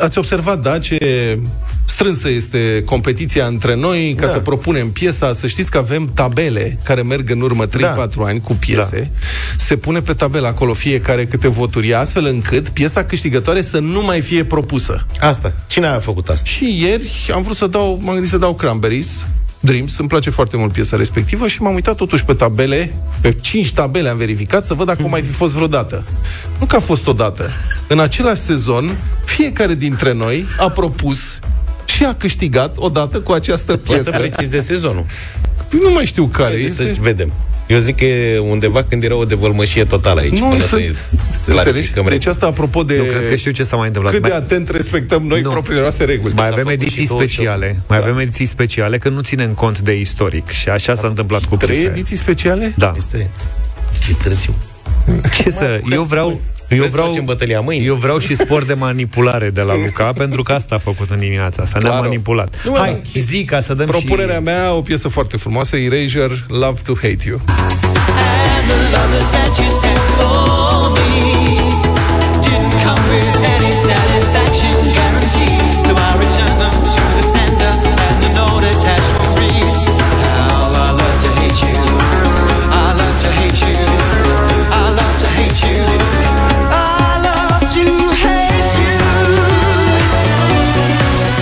Speaker 3: a- ați observat, da, ce strânsă este competiția între noi ca da. să propunem piesa. Să știți că avem tabele care merg în urmă 3-4 da. ani cu piese. Da. Se pune pe tabelă acolo fiecare câte voturi, e, astfel încât piesa câștigătoare să nu mai fie propusă.
Speaker 4: Asta. Cine a făcut asta?
Speaker 3: Și ieri am vrut să dau, m-am gândit să dau Cranberries, Dreams, îmi place foarte mult piesa respectivă și m-am uitat totuși pe tabele, pe 5 tabele am verificat să văd dacă mai fi fost vreodată. Nu că a fost odată. În același sezon, fiecare dintre noi a propus și a câștigat odată cu această
Speaker 4: O să
Speaker 3: piesă. Păi
Speaker 4: precizez sezonul.
Speaker 3: Nu mai știu care
Speaker 4: Hai
Speaker 3: este.
Speaker 4: Să vedem. Eu zic că e undeva când era o devălmășie totală aici.
Speaker 3: Nu,
Speaker 4: până să
Speaker 3: sunt... Înțelegi?
Speaker 4: clarificăm
Speaker 3: Deci asta apropo de...
Speaker 2: Cred că știu ce s-a mai întâmplat.
Speaker 3: cât de
Speaker 2: Mai-
Speaker 3: atent respectăm noi
Speaker 2: Nu.
Speaker 3: propriile noastre reguli.
Speaker 2: Mai
Speaker 4: s-a
Speaker 2: avem
Speaker 4: făcut
Speaker 2: ediții
Speaker 4: și Da. 28.
Speaker 2: speciale. Mai avem ediții speciale că nu ținem cont de istoric. Și așa s-a întâmplat cu
Speaker 3: Trei
Speaker 2: piesele.
Speaker 3: ediții speciale?
Speaker 2: Da.
Speaker 4: Este... E târziu.
Speaker 2: Ce să... Eu vreau... Eu
Speaker 4: Vreți să
Speaker 2: vreau,
Speaker 4: facem bătălia mâine?
Speaker 2: eu vreau și spor de manipulare de la Luca, pentru că asta a făcut în dimineața asta, ne-a
Speaker 3: Claro.
Speaker 2: manipulat.
Speaker 4: Nu, mă,
Speaker 2: Hai,
Speaker 4: nu.
Speaker 2: zi ca să dăm
Speaker 3: Propunerea
Speaker 2: și...
Speaker 3: mea, o piesă foarte frumoasă, Erasure, Love to Hate You.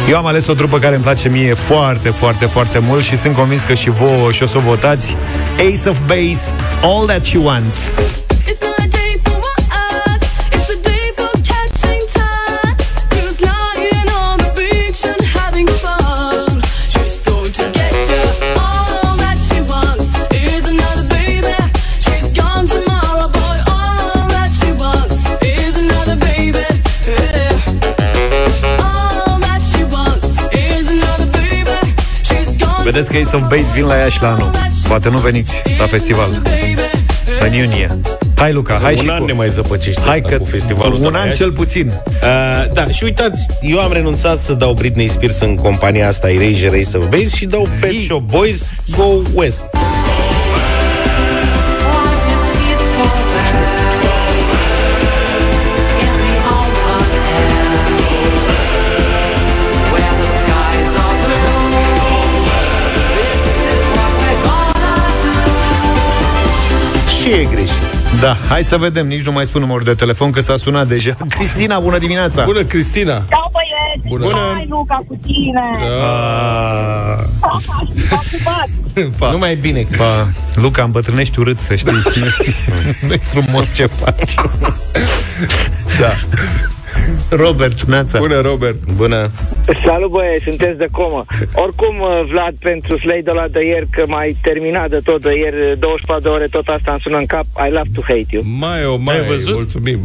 Speaker 2: Eu am ales o trupă care îmi place mie foarte, foarte, foarte mult și sunt convins că și voi și o să o votați. Ace of Base, All That She Wants.
Speaker 9: It's not a day for us, it's a day for catching time. Cruise
Speaker 2: Vedeți că Ace of Base vin la ea și la anul. Poate nu veniți la festival. În iunie. Hai, Luca, hai
Speaker 4: un
Speaker 2: și
Speaker 4: an
Speaker 2: cu...
Speaker 4: ne mai zăpăcește
Speaker 2: Hai
Speaker 4: asta
Speaker 2: că
Speaker 4: cu festivalul
Speaker 2: un
Speaker 4: ăsta,
Speaker 2: an
Speaker 4: mai
Speaker 2: cel puțin.
Speaker 4: Uh, da, și uitați, eu am renunțat să dau Britney Spears în compania asta Erasure Race of Base și dau Pet Shop Boys Go West. Și e greșit.
Speaker 2: Da, hai să vedem, nici nu mai spun numărul de telefon că s-a sunat deja. Cristina, bună dimineața!
Speaker 3: Bună, Cristina!
Speaker 9: Ciao, băieți!
Speaker 3: Bună. Da.
Speaker 9: Hai, Luca, cu tine!
Speaker 2: Ah,
Speaker 9: Da. ocupat!
Speaker 3: Pa.
Speaker 4: Nu mai e bine.
Speaker 2: pa. Luca, îmbătrânești urât, să știi. nu e frumos ce faci. da. Robert, neața.
Speaker 3: Bună, Robert!
Speaker 4: Bună.
Speaker 10: Salut băie, sunteți de comă. Oricum, uh, Vlad, pentru Slade de la de ieri, că mai terminat de tot de ieri, uh, 24 de ore, tot asta îmi sună în cap, I love to hate you.
Speaker 3: Mai, o, mai,
Speaker 4: Ai văzut?
Speaker 3: mulțumim!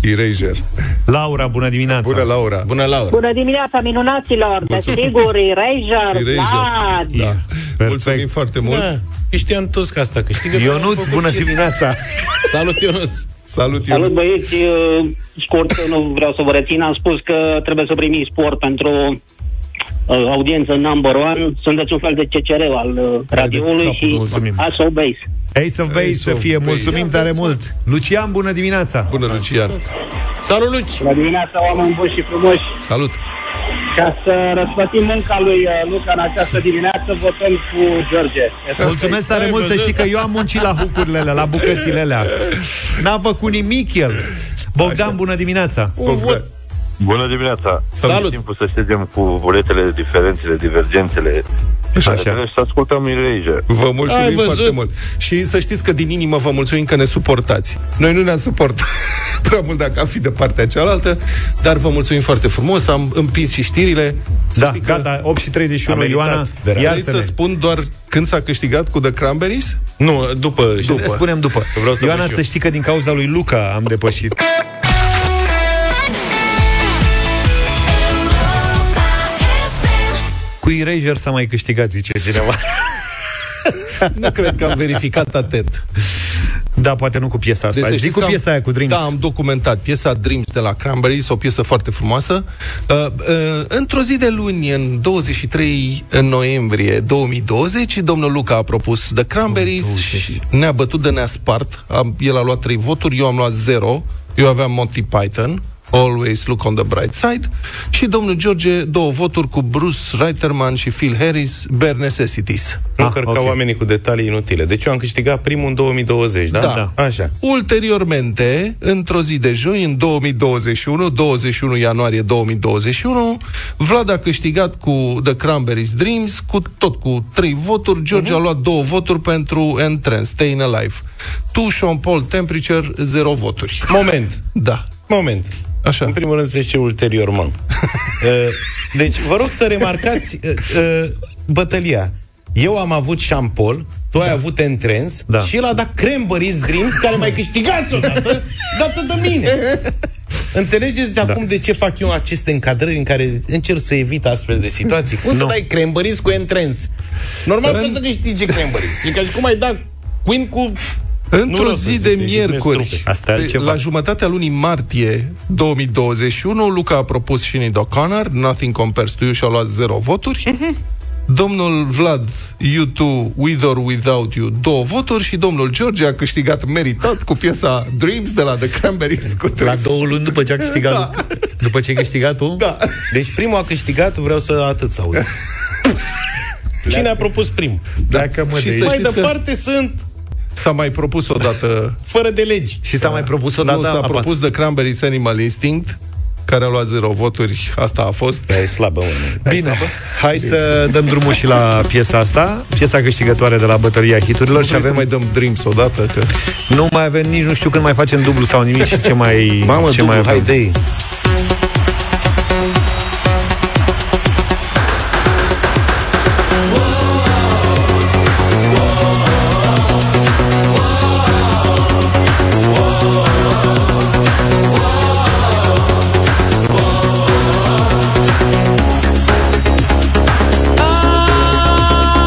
Speaker 3: Eraser.
Speaker 2: Laura, bună dimineața.
Speaker 3: Bună, Laura!
Speaker 4: Bună, Laura.
Speaker 9: Bună dimineața, minunaților!
Speaker 3: Mulțumim.
Speaker 9: Desigur, Ranger, Vlad!
Speaker 3: Da.
Speaker 2: Perfect.
Speaker 3: Mulțumim foarte mult!
Speaker 4: Da, știam toți că asta câștigă.
Speaker 2: Ionuț, bună dimineața.
Speaker 4: Salut, Ionuț.
Speaker 3: Salut, Ion.
Speaker 10: Salut băieți, scurt, nu vreau să vă rețin, am spus că trebuie să primiți sport pentru audiență number one, sunteți un fel de CCR al
Speaker 2: radioului și mulțumim.
Speaker 10: ASO Base.
Speaker 2: Ace of Base să
Speaker 3: of
Speaker 2: fie,
Speaker 3: Base.
Speaker 2: mulțumim tare mult. Lucian, bună dimineața.
Speaker 3: Bună, Lucian!
Speaker 4: Salut, Luci.
Speaker 10: La dimineața, oameni buni și frumoși,
Speaker 3: Salut!
Speaker 10: ca să răsplătim munca lui uh, Luca în această dimineață, votăm cu George.
Speaker 2: Mulțumesc tare
Speaker 4: Ai
Speaker 2: mult să
Speaker 4: văzut?
Speaker 2: știi că eu am muncit la hucurile alea, la bucățile alea. N-a făcut nimic el. Bogdan, bună dimineața.
Speaker 4: Un vot.
Speaker 8: Bună dimineața!
Speaker 4: Salut.
Speaker 8: E timpul să ședem cu buletele, diferențele, divergențele.
Speaker 2: Așa.
Speaker 8: Și să ascultăm Irage.
Speaker 3: Vă
Speaker 4: Ai
Speaker 3: mulțumim
Speaker 4: văzut?
Speaker 3: foarte mult. Și să știți că din inimă vă mulțumim că ne suportați. Noi nu ne-am suportat prea mult dacă am fi de partea cealaltă, dar vă mulțumim foarte frumos, am împins și știrile. Să
Speaker 2: Da,
Speaker 3: știi că-
Speaker 2: gata, 8 și 31,
Speaker 4: A meritat.
Speaker 2: Ioana,
Speaker 4: De real.
Speaker 3: Vrei să
Speaker 2: iartă-ne.
Speaker 3: spun doar când s-a câștigat cu The Cranberries?
Speaker 4: Nu, după.
Speaker 2: După. Spunem după.
Speaker 4: Vreau să
Speaker 2: Ioana,
Speaker 4: văd și
Speaker 2: să
Speaker 4: eu.
Speaker 2: știi că din cauza lui Luca am depășit. Cu Eraser s-a mai câștigat, zice cineva.
Speaker 3: Nu cred că am verificat atent.
Speaker 2: Da, poate nu cu piesa
Speaker 3: Deci
Speaker 2: asta.
Speaker 3: să
Speaker 2: Deci,
Speaker 3: știți
Speaker 2: cu
Speaker 3: că
Speaker 2: piesa
Speaker 3: am,
Speaker 2: aia cu Dreams.
Speaker 3: Da, am documentat piesa Dreams de la Cranberries, o piesă foarte frumoasă. Uh, uh, într-o zi de luni, în 23 noiembrie 2020, domnul Luca a propus The Cranberries și ne-a bătut de ne-a spart. Am, el a luat 3 voturi, eu am luat 0. Eu aveam Monty Python, Always Look on the Bright Side și domnul George două voturi cu Bruce Reiterman și Phil Harris, Bare Necessities.
Speaker 4: Nu
Speaker 2: Ah,
Speaker 4: cărca
Speaker 2: ok.
Speaker 4: oamenii cu detalii inutile. Deci eu am câștigat primul în 2020, da?
Speaker 3: Da.
Speaker 4: Așa.
Speaker 3: Ulteriormente, într-o zi de joi, în 2021, 21 ianuarie 2021, Vlad a câștigat cu The Cranberries Dreams, cu tot cu trei voturi, George
Speaker 4: Mhm.
Speaker 3: uh-huh. a luat două voturi pentru Entrance, Staying Alive. Tu, Sean Paul, Temperature, zero voturi.
Speaker 4: Moment.
Speaker 3: Da,
Speaker 4: Moment.
Speaker 3: Așa.
Speaker 4: În primul rând să ce ulterior, mă. Uh, deci, vă rog să remarcați uh, uh, bătălia. Eu am avut șampol, tu ai avut entrens
Speaker 2: Da.
Speaker 4: și el a dat Cranberries Dreams, care mai câștigase odată, dată de mine.
Speaker 3: Da.
Speaker 4: Înțelegeți acum de ce fac eu aceste încadrări în care încerc să evit astfel de situații? Cum să
Speaker 2: Nu.
Speaker 4: dai Cranberries cu entrens? Normal că o să câștige Cranberries. E ca și cum ai dat Queen cu... Nu
Speaker 3: Într-o
Speaker 4: rău să
Speaker 3: zi
Speaker 4: zic,
Speaker 3: de
Speaker 4: deci
Speaker 3: miercuri, Păi,
Speaker 4: mi-e
Speaker 2: Asta e altceva.
Speaker 3: la jumătatea lunii martie 2021, Luca a propus și Nid O'Connor, Nothing Compares to You și a luat 0 voturi. Domnul Vlad, U2, With or Without You, două voturi și domnul George a câștigat meritat cu piesa Dreams de la The Cranberries cu trei
Speaker 2: La două luni după ce a câștigat Luca. După ce ai câștigat tu?
Speaker 3: Da.
Speaker 4: Deci primul a câștigat, vreau să atât să aud. Cine a propus primul?
Speaker 2: Dacă mă
Speaker 3: Și
Speaker 2: de
Speaker 3: să
Speaker 4: deci- Mai
Speaker 3: deci- știți că-
Speaker 4: departe sunt
Speaker 3: S-a mai propus odată,
Speaker 4: fără de legi. Da.
Speaker 2: Și s-a mai propus o
Speaker 3: nu,
Speaker 2: dată
Speaker 3: s-a propus The Cranberries Animal Instinct, care a luat 0 voturi, asta a fost.
Speaker 4: Da, e slabă, mă.
Speaker 2: Bine, hai să dăm drumul și la piesa asta Piesa câștigătoare de la bătălia hiturilor Și
Speaker 3: Trebuie
Speaker 2: avem,
Speaker 3: să mai dăm Dreams odată, că...
Speaker 2: nu mai avem, nici nu știu când mai facem dublu sau nimic Și ce mai,
Speaker 4: Mamă,
Speaker 2: ce
Speaker 4: ce dublu,
Speaker 2: mai
Speaker 4: mai
Speaker 2: avem.
Speaker 4: hai de
Speaker 5: I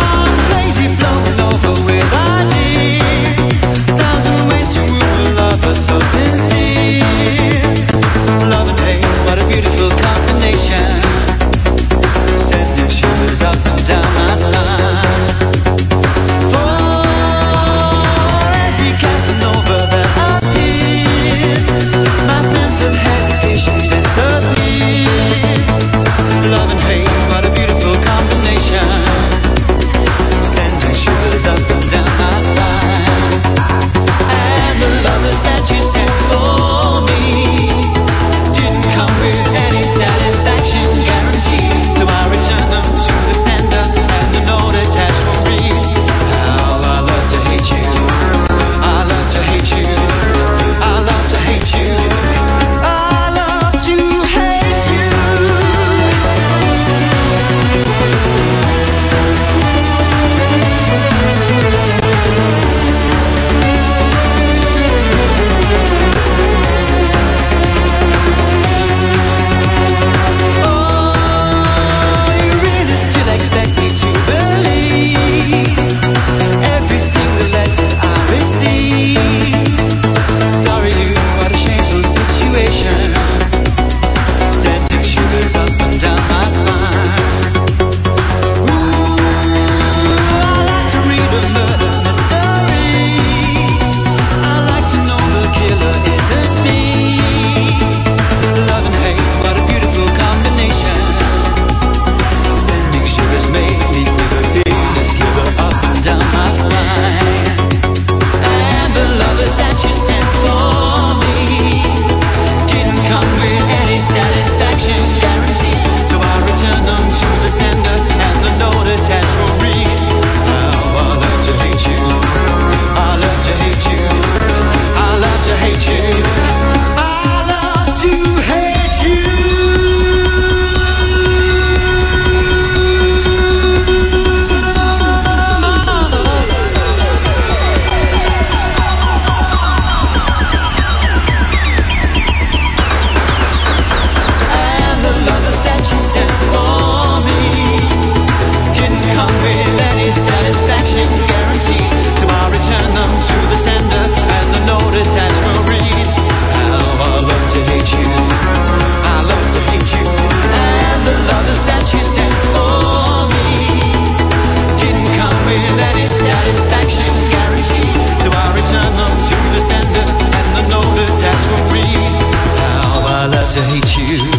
Speaker 11: to hate you.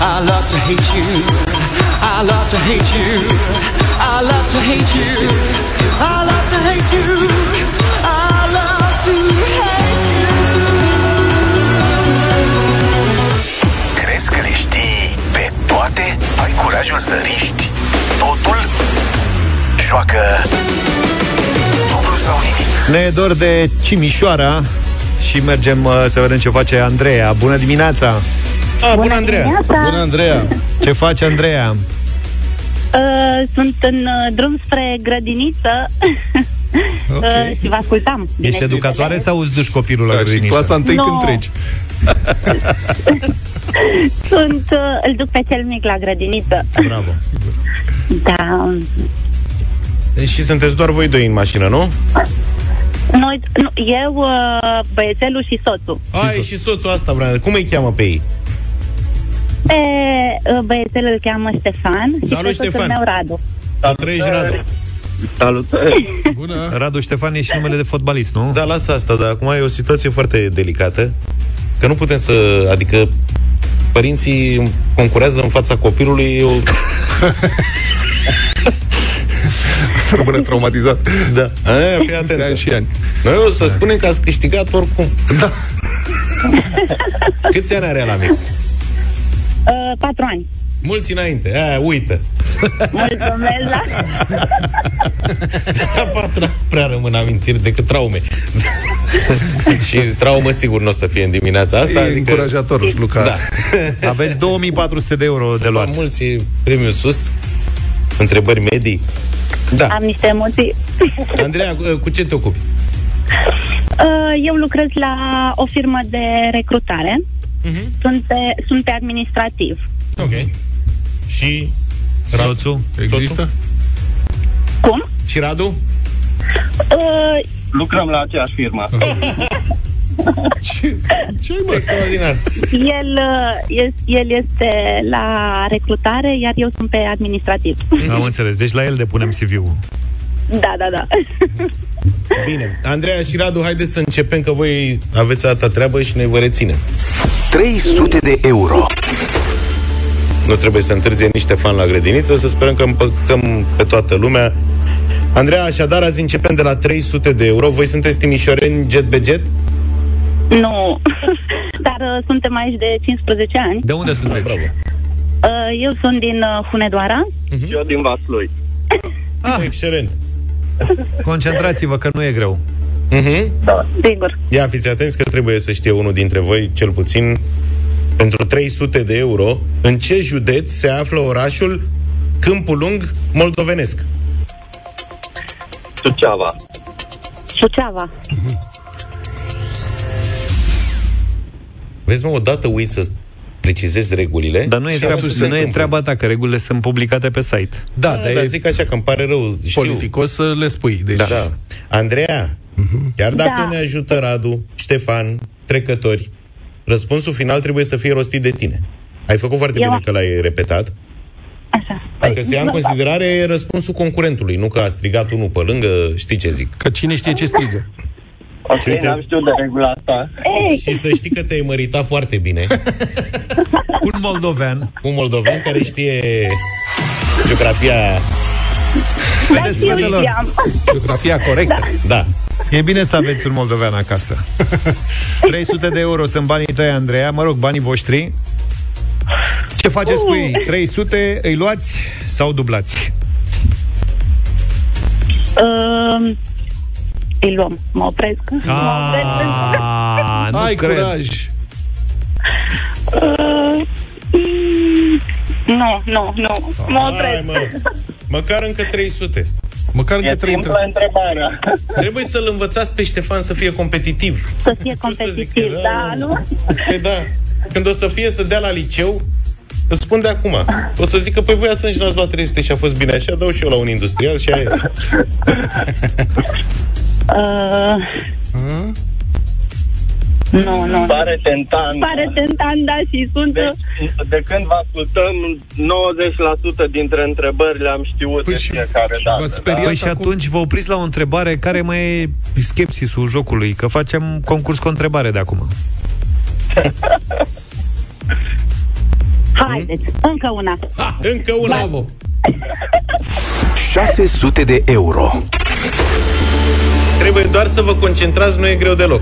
Speaker 11: I love to hate you. I love to hate you. I love to hate you. I love to hate you. I love to hate
Speaker 1: Crezi că le știi pe toate? Ai curajul să riști totul? Joacă dublu sau nimic.
Speaker 2: Ne e dor de Cimișoara și mergem uh, să vedem ce face Andreea. Bună dimineața!
Speaker 4: A, bună, Andreea!
Speaker 3: Bună, Andreea!
Speaker 2: Ce face Andreea?
Speaker 12: Uh, sunt în uh, drum spre grădiniță okay. uh, și vă ascultam.
Speaker 2: Ești
Speaker 12: Bine.
Speaker 2: educatoare sau îți duci copilul la da, grădiniță?
Speaker 3: în clasa întâi
Speaker 12: Nu. când treci. Sunt, uh, îl duc pe cel mic la grădiniță.
Speaker 2: Bravo!
Speaker 12: Da.
Speaker 4: Și sunteți doar voi doi în mașină, nu?
Speaker 12: Noi, nu, eu, uh, băiețelul și soțul.
Speaker 4: Ai și soțul asta, vreau. Cum îi cheamă pe ei?
Speaker 12: E, uh, băiețelul îl cheamă Ștefan și
Speaker 4: Salut,
Speaker 12: pe soțul
Speaker 4: Ștefan.
Speaker 12: meu Radu.
Speaker 4: Da, trăiești, Radu.
Speaker 10: Salutări!
Speaker 3: Bună!
Speaker 2: Radu Ștefan e și numele de fotbalist, nu?
Speaker 4: Da, lasă asta, dar acum e o situație foarte delicată, că nu putem să... Adică părinții concurează în fața copilului, e o...
Speaker 3: Să rămână traumatizat. Deci
Speaker 4: Da. Aia, fii
Speaker 3: De ani
Speaker 4: atent.
Speaker 3: și ani.
Speaker 4: Noi o să spunem că ați câștigat oricum. Da. Câți ani are la mic?
Speaker 12: Uh, patru ani.
Speaker 4: Mulți înainte. Aia, uită.
Speaker 12: Mulțumesc, da.
Speaker 4: La patru ani prea rămân amintiri decât traume. și traumă sigur nu o să fie în dimineața asta. adică-
Speaker 3: E încurajator, Luca.
Speaker 4: Da.
Speaker 2: Aveți 2400 de euro de luat.
Speaker 4: Am mulți premiul sus, întrebări medii. Da.
Speaker 12: Am niște emoții.
Speaker 4: Andreea, cu ce te ocupi?
Speaker 12: Uh, Eu lucrez la o firmă de recrutare. Sunt, pe, sunt pe administrativ.
Speaker 4: Ok. Și
Speaker 2: Soțul?
Speaker 3: Există?
Speaker 12: Cum?
Speaker 4: și Radu?
Speaker 12: Uh,
Speaker 8: Lucrăm la aceeași firmă.
Speaker 3: Ce ai, mă?
Speaker 4: Extraordinar.
Speaker 12: El, uh, es- el este la recrutare, iar eu sunt pe administrativ.
Speaker 2: Am înțeles. Deci la el depunem CV-ul.
Speaker 12: Da, da, da.
Speaker 4: Bine. Andreea și Radu, haideți să începem că voi aveți alta treabă și ne vă reținem.
Speaker 1: 300 de euro.
Speaker 4: Nu trebuie să întârzie nici Ștefan la grădiniță, să sperăm că împăcăm pe toată lumea. Andreea, așadar, azi începem de la 300 de euro. Voi sunteți timișoreni jet be jet?
Speaker 12: Nu. Dar uh, suntem aici de 15 ani.
Speaker 2: De unde sunteți?
Speaker 4: Bravo.
Speaker 12: Uh, eu sunt din uh, Hunedoara.
Speaker 8: Eu din Vaslui.
Speaker 4: Ah. Excelent.
Speaker 2: Concentrați-vă că nu e greu. Mhm.
Speaker 4: Mm-hmm.
Speaker 12: Sigur.
Speaker 4: Ia fiți atenți că trebuie să știe unul dintre voi, cel puțin, pentru 300 de euro, în ce județ se află orașul Câmpul Lung Moldovenesc?
Speaker 8: Suceava.
Speaker 12: Suceava.
Speaker 4: Vezi, mă, odată ui să precizezi regulile.
Speaker 2: Dar nu e,
Speaker 4: și
Speaker 2: treaba,
Speaker 4: atunci
Speaker 2: nu e
Speaker 4: Câmpul
Speaker 2: treaba ta, că regulile sunt publicate pe site.
Speaker 3: Da,
Speaker 4: Da,
Speaker 3: dar
Speaker 4: dar
Speaker 3: e
Speaker 4: zic așa că îmi pare rău, știu.
Speaker 3: politicos să le spui. Deci,
Speaker 4: Da. da. Andreea, chiar dacă
Speaker 12: Da.
Speaker 4: ne ajută Radu, Ștefan, trecători, răspunsul final trebuie să fie rostit de tine. Ai făcut foarte
Speaker 12: Eu-
Speaker 4: bine că l-ai repetat.
Speaker 12: Așa. Păi,
Speaker 4: Dacă se ia în considerare, e răspunsul concurentului, nu că a strigat unul pe lângă, știi ce zic.
Speaker 3: Că cine știe ce strigă.
Speaker 8: Ok,
Speaker 4: uite-
Speaker 8: n-am știut de regula asta.
Speaker 12: Ei,
Speaker 4: Și să știi că te-ai măritat foarte bine
Speaker 2: Un moldovean.
Speaker 4: cu un moldoven care știe geografia.
Speaker 12: dar Da, și eu
Speaker 2: fetelor.
Speaker 12: știam.
Speaker 3: Geografia corectă.
Speaker 4: Da.
Speaker 2: E bine să aveți un moldovean acasă. 300 de euro sunt banii tăi, Andreea. Mă rog, banii voștri. Ce faceți cu ei? 300 îi luați sau dublați?
Speaker 12: Uh, îi luăm. Mă opresc. Mă opresc.
Speaker 2: Ah, nu
Speaker 3: Ai
Speaker 2: cred.
Speaker 3: curaj.
Speaker 12: Uh, mm, Nu, nu, nu. Mă
Speaker 4: Hai,
Speaker 12: opresc.
Speaker 4: mă. Măcar încă 300.
Speaker 3: Măcar încă
Speaker 8: E
Speaker 3: trei
Speaker 8: simplă
Speaker 3: întrebări.
Speaker 8: întrebarea.
Speaker 4: Trebuie să-l învățați pe Ștefan să fie competitiv.
Speaker 12: Să fie
Speaker 4: Ce să zic,
Speaker 12: competitiv,
Speaker 4: rău.
Speaker 12: da, nu?
Speaker 4: Păi da, când o să fie să dea la liceu, îți spun de acum. O să zic că, păi voi atunci n-ați luat 300 și a fost bine așa, dau și eu la un industrial și aia e.
Speaker 12: Uh, Nu, nu.
Speaker 8: Pare tentant.
Speaker 12: Pare tentant, da, și sunt...
Speaker 8: Deci, de când vă ascultăm, 90% dintre întrebările am știut
Speaker 3: Păi
Speaker 8: de
Speaker 3: și
Speaker 8: fiecare
Speaker 3: vă
Speaker 8: dată. da.
Speaker 3: speriați
Speaker 2: Păi și
Speaker 3: acum?
Speaker 2: atunci vă opriți la o întrebare care mai e skepsisul jocului, că facem concurs cu o întrebare de acum.
Speaker 12: Haideți, încă una.
Speaker 4: Ha, încă una. Bravo.
Speaker 1: 600 de euro.
Speaker 4: Trebuie doar să vă concentrați, nu e greu deloc.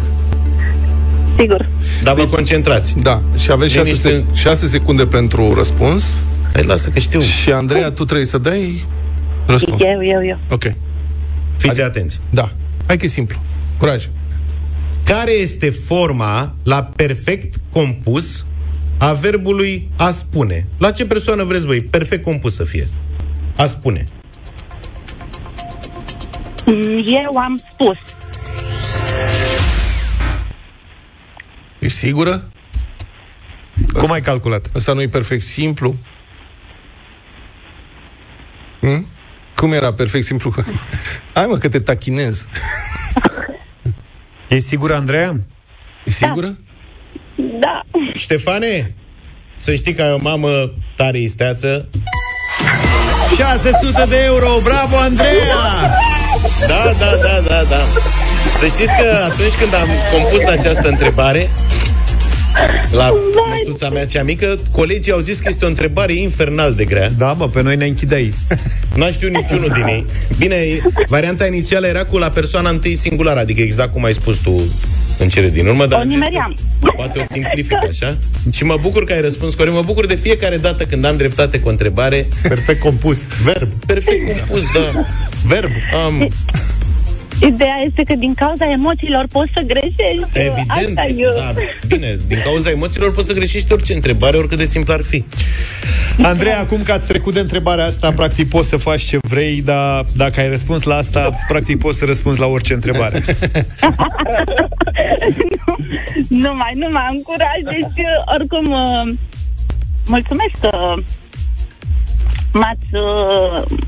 Speaker 12: Sigur.
Speaker 4: Dar vă concentrați.
Speaker 3: Da. Și aveți 6,
Speaker 4: Liniște.
Speaker 3: sec- 6 secunde pentru răspuns.
Speaker 4: Hai, lasă că știu.
Speaker 3: Și Andreea, tu trebuie să dai răspuns.
Speaker 12: Eu, eu, eu.
Speaker 3: Ok.
Speaker 4: Fiți atenți.
Speaker 3: Da. Hai că e simplu. Curaj.
Speaker 4: Care este forma la perfect compus a verbului a spune? La ce persoană vreți voi? Perfect compus să fie. A spune.
Speaker 12: Mm, Eu am spus.
Speaker 3: Ești sigură?
Speaker 2: Cum ai calculat?
Speaker 3: Asta nu e perfect simplu? Hm? Cum era perfect simplu? Hai mă că te tachinez.
Speaker 2: E sigură, Andreea?
Speaker 3: E sigură?
Speaker 12: Da.
Speaker 4: Ștefane, să știi că ai o mamă tare isteață.
Speaker 2: 600 de euro, bravo, Andreea!
Speaker 4: Da, da, da, da, da. Să știți că atunci când am compus această întrebare, la măsuța mea cea mică, colegii au zis că este o întrebare infernal de grea.
Speaker 2: Da, mă, pe noi ne închideai.
Speaker 4: N-a știut niciunul din ei. Bine, varianta inițială era cu la persoana întâi singulară, adică exact cum ai spus tu în cele din urmă, dar
Speaker 12: O
Speaker 4: am zis
Speaker 12: nimeream.
Speaker 4: că poate o simplific așa. Și mă bucur că ai răspuns corect. Mă bucur de fiecare dată când am dreptate cu o întrebare.
Speaker 2: Perfect compus. Verb.
Speaker 4: Perfect compus, da.
Speaker 2: Verb.
Speaker 4: Am,
Speaker 12: Ideea este că din cauza emoțiilor poți să greșești.
Speaker 4: Evident,
Speaker 12: Asta eu.
Speaker 4: da, bine, din cauza emoțiilor poți să greșești orice întrebare, oricât de simplu ar fi.
Speaker 2: Andreea, acum că ați trecut de întrebarea asta, practic poți să faci ce vrei, dar dacă ai răspuns la asta, practic poți să răspunzi la orice întrebare.
Speaker 12: Nu mai, nu mai am curaj, deci uh, oricum uh, mulțumesc că m-ați, uh,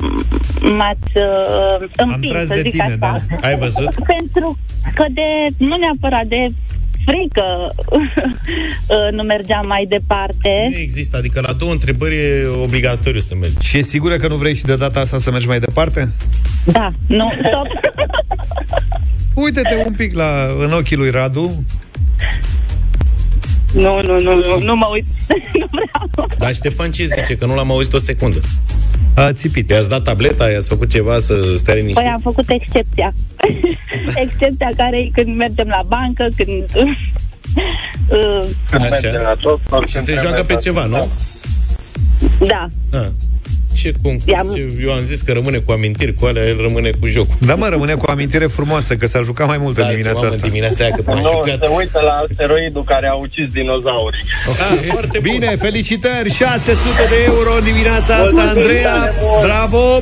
Speaker 12: m-ați uh, împins,
Speaker 2: tras
Speaker 12: să
Speaker 2: de
Speaker 12: zic
Speaker 2: tine,
Speaker 12: așa.
Speaker 2: da.
Speaker 4: Ai văzut?
Speaker 12: Pentru că de, nu neapărat de frică uh, nu mergeam mai
Speaker 4: Nu
Speaker 12: departe.
Speaker 4: există, adică la două întrebări e obligatoriu să mergi.
Speaker 2: Și e sigură că nu vrei și de data asta să mergi mai departe?
Speaker 12: Da, nu, stop.
Speaker 2: Uite-te un pic la, în ochii lui Radu.
Speaker 12: nu, nu, nu, nu, nu mă uit. nu vreau.
Speaker 4: Dar Ștefan ce zice? Că nu l-am auzit o secundă.
Speaker 2: A țipit.
Speaker 4: I-ați dat tableta, i-ați făcut ceva să stea liniștit.
Speaker 12: Păi am făcut excepția. excepția care e când mergem la bancă, când... Uh,
Speaker 4: Așa. Și se joacă pe ceva, nu?
Speaker 12: da,
Speaker 4: A. Și cum?
Speaker 12: I-am-
Speaker 4: Eu am zis că rămâne cu amintiri, cu alea, el rămâne cu jocul.
Speaker 2: Da, mă, rămâne cu o amintire frumoasă, că s-a jucat mai mult în
Speaker 4: Da,
Speaker 2: dimineața
Speaker 4: asta.
Speaker 2: asta.
Speaker 4: dimineața aia, că m-am
Speaker 13: Nu,
Speaker 4: jucat.
Speaker 13: se uită la asteroidul care a ucis dinozaurii.
Speaker 4: Ah, foarte bun.
Speaker 2: Bine, felicitări! 600 de euro în dimineața asta, Andreea! Bravo!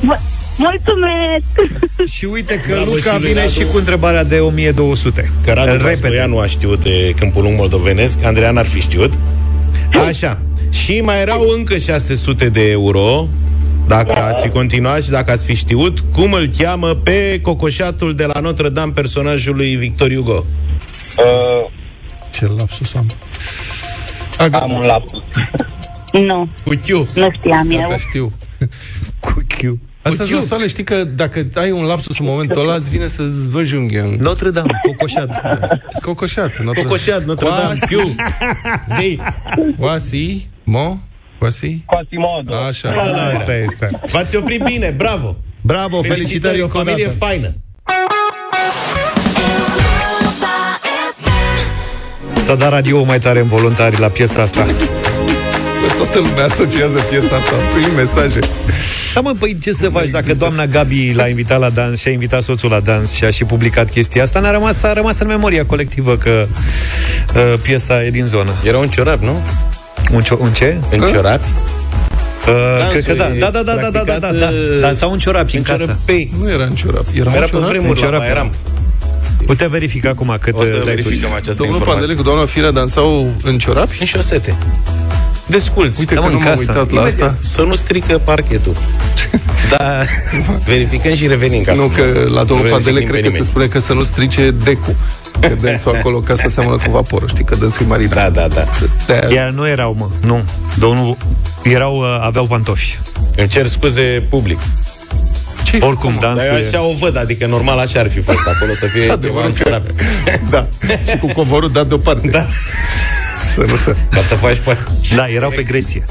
Speaker 12: mulțumesc!
Speaker 2: Și uite că
Speaker 4: Bravo
Speaker 2: Luca
Speaker 4: și lui
Speaker 2: vine
Speaker 4: Radu.
Speaker 2: și cu întrebarea de 1200.
Speaker 4: Că Radu
Speaker 2: Repede.
Speaker 4: Repede. nu a știut de Câmpul Lung Moldovenesc, Andreea n-ar fi știut. Așa. Și mai erau încă 600 de euro, dacă ați fi continuat și dacă ați fi știut, cum îl cheamă pe cocoșatul de la Notre-Dame personajului Victor Hugo.
Speaker 13: Uh,
Speaker 3: Ce lapsus am. A,
Speaker 13: am un
Speaker 3: gata,
Speaker 13: lapsus.
Speaker 12: Nu,
Speaker 4: Cu Q.
Speaker 12: nu știam eu.
Speaker 3: gata, știu.
Speaker 2: Cu Q.
Speaker 3: Asta
Speaker 4: Cu Q.
Speaker 3: e știi că dacă ai un lapsus în momentul ăla, îți vine să-ți vă junghe în
Speaker 2: Notre Dame, cocoșat.
Speaker 3: cocoșat. Notre-
Speaker 4: Cocoșat, Notre-Dame,
Speaker 3: Coasi-
Speaker 4: Q. Zi.
Speaker 3: Coasi, mo, coasi.
Speaker 13: Quasimodo.
Speaker 4: Da,
Speaker 3: Așa.
Speaker 2: Asta este.
Speaker 4: V-ați oprit bine, bravo!
Speaker 2: Bravo, felicitări,
Speaker 4: Felicitări, o
Speaker 2: încă o
Speaker 4: familie
Speaker 2: dată.
Speaker 4: faină!
Speaker 2: S-a dat radio mai tare în voluntari la piesa asta.
Speaker 3: Toată lumea asociază piesa asta. Am primit mesaje.
Speaker 2: Da, mă, păi ce să faci dacă doamna Gabi l-a invitat la dans și a invitat soțul la dans și a și publicat chestia asta, n-a rămas, a rămas în memoria colectivă că uh, piesa e din zonă.
Speaker 4: Era un ciorap, nu?
Speaker 2: Un, cio- un ce?
Speaker 4: În ciorap?
Speaker 2: Uh, cred că da.
Speaker 4: e
Speaker 2: Da, da, da, da, da, da, da, da.
Speaker 3: ă,
Speaker 4: practicat,
Speaker 2: Dansau în ciorapi în
Speaker 4: În
Speaker 2: casă.
Speaker 4: ciorapei.
Speaker 3: Păi, Nu era în ciorap. Era,
Speaker 4: Era
Speaker 3: în
Speaker 4: pe
Speaker 3: ciorap.
Speaker 4: vremuri, la
Speaker 2: ciorap.
Speaker 4: mai eram.
Speaker 2: Putem verifica acum cât
Speaker 4: O să
Speaker 2: uh,
Speaker 4: verificăm această
Speaker 3: Domnul
Speaker 4: informație.
Speaker 3: Pandele cu doamna Firea dansau în ciorapi?
Speaker 4: În șosete. Desculți.
Speaker 3: Uite
Speaker 2: Da,
Speaker 3: că
Speaker 2: mă,
Speaker 3: nu
Speaker 2: în
Speaker 3: m-am
Speaker 2: casă.
Speaker 3: uitat la asta.
Speaker 4: Să nu strică parchetul. da, verificăm și revenim ca
Speaker 3: Nu,
Speaker 4: să-
Speaker 3: că la domnul
Speaker 4: vreau să
Speaker 3: Pandele
Speaker 4: jignesc
Speaker 3: cred
Speaker 4: pe
Speaker 3: că se
Speaker 4: nimeni.
Speaker 3: spune că să nu strice decul. Că dânsul acolo ca să seamănă cu vaporul. Știi că dânsul e marit.
Speaker 4: Da, da, da.
Speaker 3: de
Speaker 2: Ea nu erau, mă, nu. Domnul, erau, uh, aveau pantofi.
Speaker 4: Îmi cer scuze public.
Speaker 3: ce
Speaker 2: Oricum,
Speaker 4: Dar eu
Speaker 2: dansul e...
Speaker 4: așa o văd, adică normal așa ar fi fost acolo, să fie ceva în ciorape.
Speaker 3: Da. Și cu covorul dat deoparte. Da. Să nu se...
Speaker 4: Ca să faci... Pa-
Speaker 2: Da, erau pe Gresie.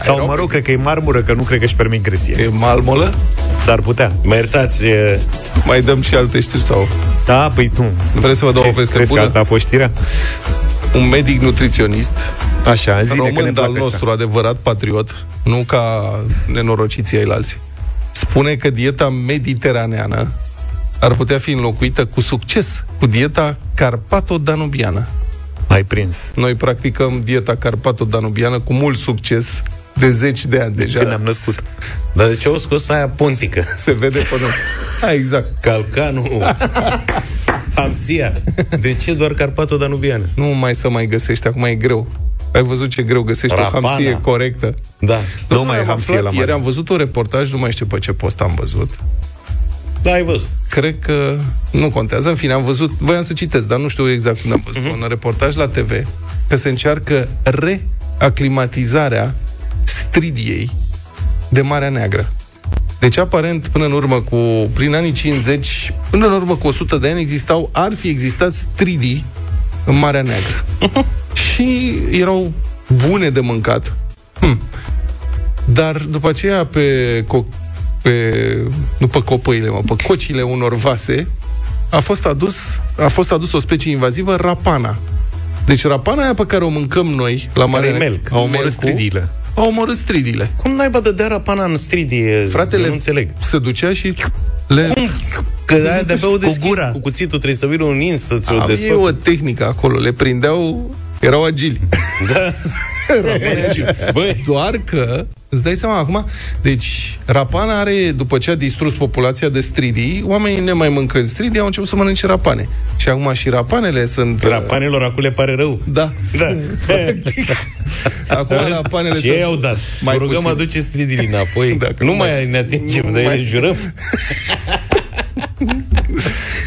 Speaker 2: Sau, mă rog, cred că e marmură, că nu cred că își permit gresie.
Speaker 3: E malmolă?
Speaker 2: S-ar putea.
Speaker 4: Mă iertați.
Speaker 3: Mai dăm și alte știri sau...
Speaker 2: Da, păi tu.
Speaker 3: Vreți să vă dau
Speaker 2: Ce,
Speaker 3: o veste
Speaker 2: crezi că
Speaker 3: bună?
Speaker 2: asta a fost știrea?
Speaker 3: Un medic nutriționist
Speaker 2: Așa, zile că ne
Speaker 3: român
Speaker 2: plac
Speaker 3: al nostru,
Speaker 2: astea.
Speaker 3: adevărat patriot, nu ca nenorociții ai alții, spune că dieta mediteraneană ar putea fi înlocuită cu succes cu dieta carpato-danubiană.
Speaker 2: Ai prins.
Speaker 3: Noi practicăm dieta carpato-danubiană cu mult succes de zeci de ani deja.
Speaker 2: Când ne-am născut.
Speaker 4: Dar de ce au scos aia pontică?
Speaker 3: Se vede până... Da, exact.
Speaker 4: Calcanul. Amsia. De ce doar Carpato Danubiană?
Speaker 3: Nu mai să mai găsești, acum e greu. Ai văzut ce greu găsești
Speaker 4: Rapana.
Speaker 3: o hamsie corectă.
Speaker 4: Da.
Speaker 3: Nu mai am
Speaker 2: hamsie
Speaker 3: aflat,
Speaker 2: la mare.
Speaker 3: Ieri am văzut un reportaj, nu mai știu pe ce post am văzut.
Speaker 4: Da, ai văzut.
Speaker 3: Cred că nu contează. În fine, am văzut, voiam să citesc, dar nu știu exact unde am văzut. Un reportaj la TV că se încearcă reaclimatizarea stridiei de Marea Neagră. Deci, aparent, până în urmă cu, prin anii 50, până în urmă cu 100 de ani, existau, ar fi existat stridii în Marea Neagră. și erau bune de mâncat. Hm. Dar după aceea pe, co- pe nu pe copăile, mă, pe cocile unor vase a fost adus, a fost adus o specie invazivă, rapana. Deci rapana aia pe care o mâncăm noi la Marea
Speaker 4: e
Speaker 3: Neagră,
Speaker 4: melc. A omorât
Speaker 3: melcul,
Speaker 2: stridiile.
Speaker 3: A omorât stridile.
Speaker 4: Cum naiba dădea rapana în stridie?
Speaker 3: Fratele
Speaker 4: Nu înțeleg.
Speaker 3: se ducea și le...
Speaker 4: Că
Speaker 3: Adică
Speaker 4: aia de abia o
Speaker 2: Cu
Speaker 4: deschizi cu,
Speaker 2: gura.
Speaker 4: cu cuțitul, trebuie să vină un ins să ți-o
Speaker 3: Avea ei
Speaker 4: desfacă.
Speaker 3: o tehnică acolo, le prindeau, erau agili.
Speaker 4: Da. Băi,
Speaker 3: Doar că, îți dai seama acum, deci rapana are, după ce a distrus populația de stridii, oamenii ne mai mâncând stridii, au început să mănânce rapane. Și acum și rapanele sunt... uh,
Speaker 4: rapanelor acum le pare rău.
Speaker 3: Da.
Speaker 4: Da.
Speaker 3: Acum rapanele
Speaker 4: Ce
Speaker 3: sunt...
Speaker 4: i-au dat? Mai
Speaker 3: mai
Speaker 4: Vă rugăm,
Speaker 3: puțin.
Speaker 4: aduce stridii înapoi.
Speaker 3: Dacă
Speaker 4: nu
Speaker 3: nu
Speaker 4: mai ne atingem
Speaker 3: nu
Speaker 4: de
Speaker 3: mai-
Speaker 4: ele, jurăm.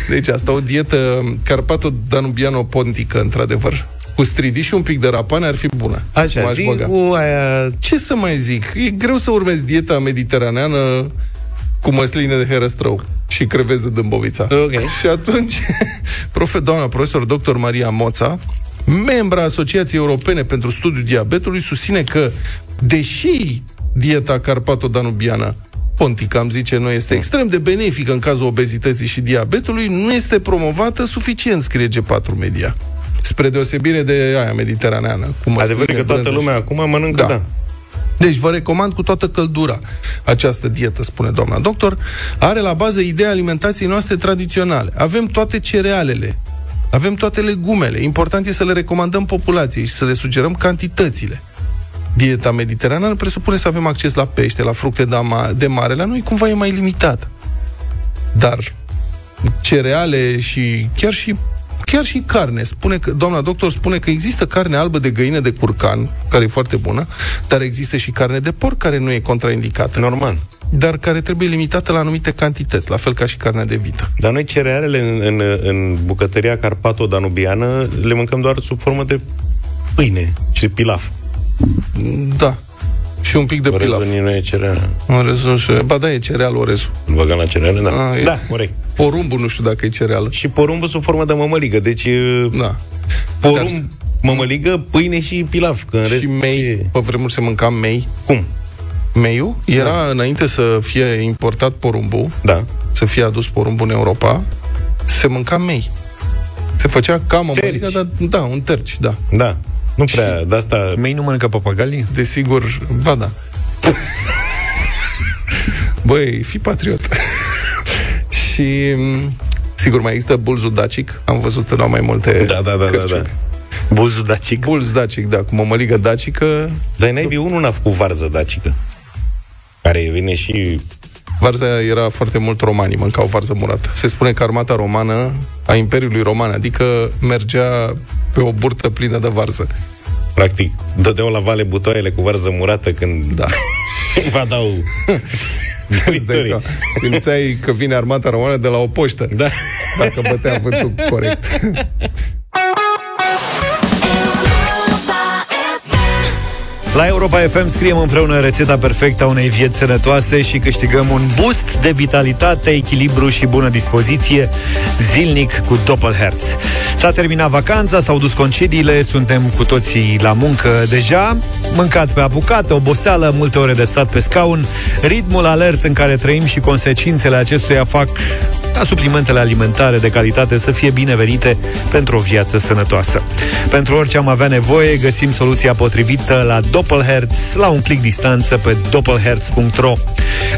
Speaker 3: Deci asta o dietă carpato-danubiano-pontică, într-adevăr. Cu stridii și un pic de rapane ar fi bună.
Speaker 4: Așa,
Speaker 3: M-aș
Speaker 4: zi
Speaker 3: băga.
Speaker 4: cu aia...
Speaker 3: Ce să mai zic? E greu să urmezi dieta mediteraneană cu măsline de herăstrău și creveți de dâmbovița.
Speaker 4: Ok.
Speaker 3: Și atunci, profe, doamna profesor dr. Maria Moța, membra Asociației Europene pentru Studiul Diabetului, susține că, deși dieta carpato-danubiană pontic, am zice noi, este extrem de benefică în cazul obezității și diabetului, nu este promovată suficient, scrie G4 Media. Spre deosebire de aia mediteraneană. Cu măsline,
Speaker 4: Adevărul e că toată
Speaker 3: brânză și-
Speaker 4: lumea acum mănâncă,
Speaker 3: Da.
Speaker 4: da.
Speaker 3: deci vă recomand cu toată căldura această dietă, spune doamna doctor. Are la bază ideea alimentației noastre tradiționale. Avem toate cerealele, avem toate legumele. Important e să le recomandăm populației și să le sugerăm cantitățile. Dieta mediteraneană presupune să avem acces la pește, la fructe de, ama- de mare. La noi cumva e mai limitat. Dar cereale și chiar și chiar și carne. Spune că, doamna doctor spune că există carne albă de găină de curcan, care e foarte bună, dar există și carne de porc care nu e contraindicată,
Speaker 4: Normal.
Speaker 3: dar care trebuie limitată la anumite cantități, la fel ca și carnea de vită.
Speaker 4: Dar noi cerealele în, în, în bucătăria Carpato-Danubiană le mâncăm doar sub formă de pâine și pilaf.
Speaker 3: Da. Și un pic de pilaf.
Speaker 4: Orezul nu e cereală.
Speaker 3: Orezul, nu știu. Ba da, e cereal orezul.
Speaker 4: Îl băgăm la cereală, da.
Speaker 3: Ah, e-
Speaker 4: da, corect.
Speaker 3: Porumbul nu știu dacă e cereal.
Speaker 4: Și porumbul sub formă de mămăligă. Deci,
Speaker 3: Da.
Speaker 4: porumb,
Speaker 3: Dar-
Speaker 4: mămăligă, pâine și pilaf. Că în rest,
Speaker 3: și mei,
Speaker 4: ce-
Speaker 3: pe vremuri se mânca mei.
Speaker 4: Cum?
Speaker 3: Meiul era înainte să fie importat porumbul,
Speaker 4: Da.
Speaker 3: să fie adus porumbul în Europa, se mânca mei. Se făcea cam o
Speaker 4: Terci.
Speaker 3: mămăligă, dar, da, un terci, da.
Speaker 4: Da. Nu prea, de asta...
Speaker 2: Mei nu mănâncă papagalii?
Speaker 3: Desigur, ba da. Băi, fi patriot. și, m, sigur, mai există bulzul dacic. Am văzut la mai multe
Speaker 4: Da, da, da, da, da.
Speaker 3: cărciumi.
Speaker 2: Buzul dacic.
Speaker 3: Bulz dacic, da, cu mămăligă dacică.
Speaker 4: Dar naibii unul n-a făcut varză dacică. Care vine și...
Speaker 3: Varza era foarte mult romanii, mâncau varză murată. Se spune că armata romană a Imperiului Roman, adică mergea pe o burtă plină de varză.
Speaker 4: Practic, dădeau la vale butoaiele cu varză murată când
Speaker 3: Da.
Speaker 4: va dau
Speaker 3: Îți dai
Speaker 4: victorii.
Speaker 3: seama. Simțeai că vine armata romană de la o poștă.
Speaker 4: Da.
Speaker 3: Dacă bătea vântul corect.
Speaker 2: La Europa FM scriem împreună rețeta perfectă a unei vieți sănătoase și câștigăm un boost de vitalitate, echilibru și bună dispoziție zilnic cu Doppelherz. S-a terminat vacanța, s-au dus concediile, suntem cu toții la muncă deja, mâncat pe apucate, oboseală, multe ore de stat pe scaun, ritmul alert în care trăim și consecințele acestuia fac ca suplimentele alimentare de calitate să fie binevenite pentru o viață sănătoasă. Pentru orice am avea nevoie, găsim soluția potrivită la Doppelherz, la un click distanță pe doppelherz.ro.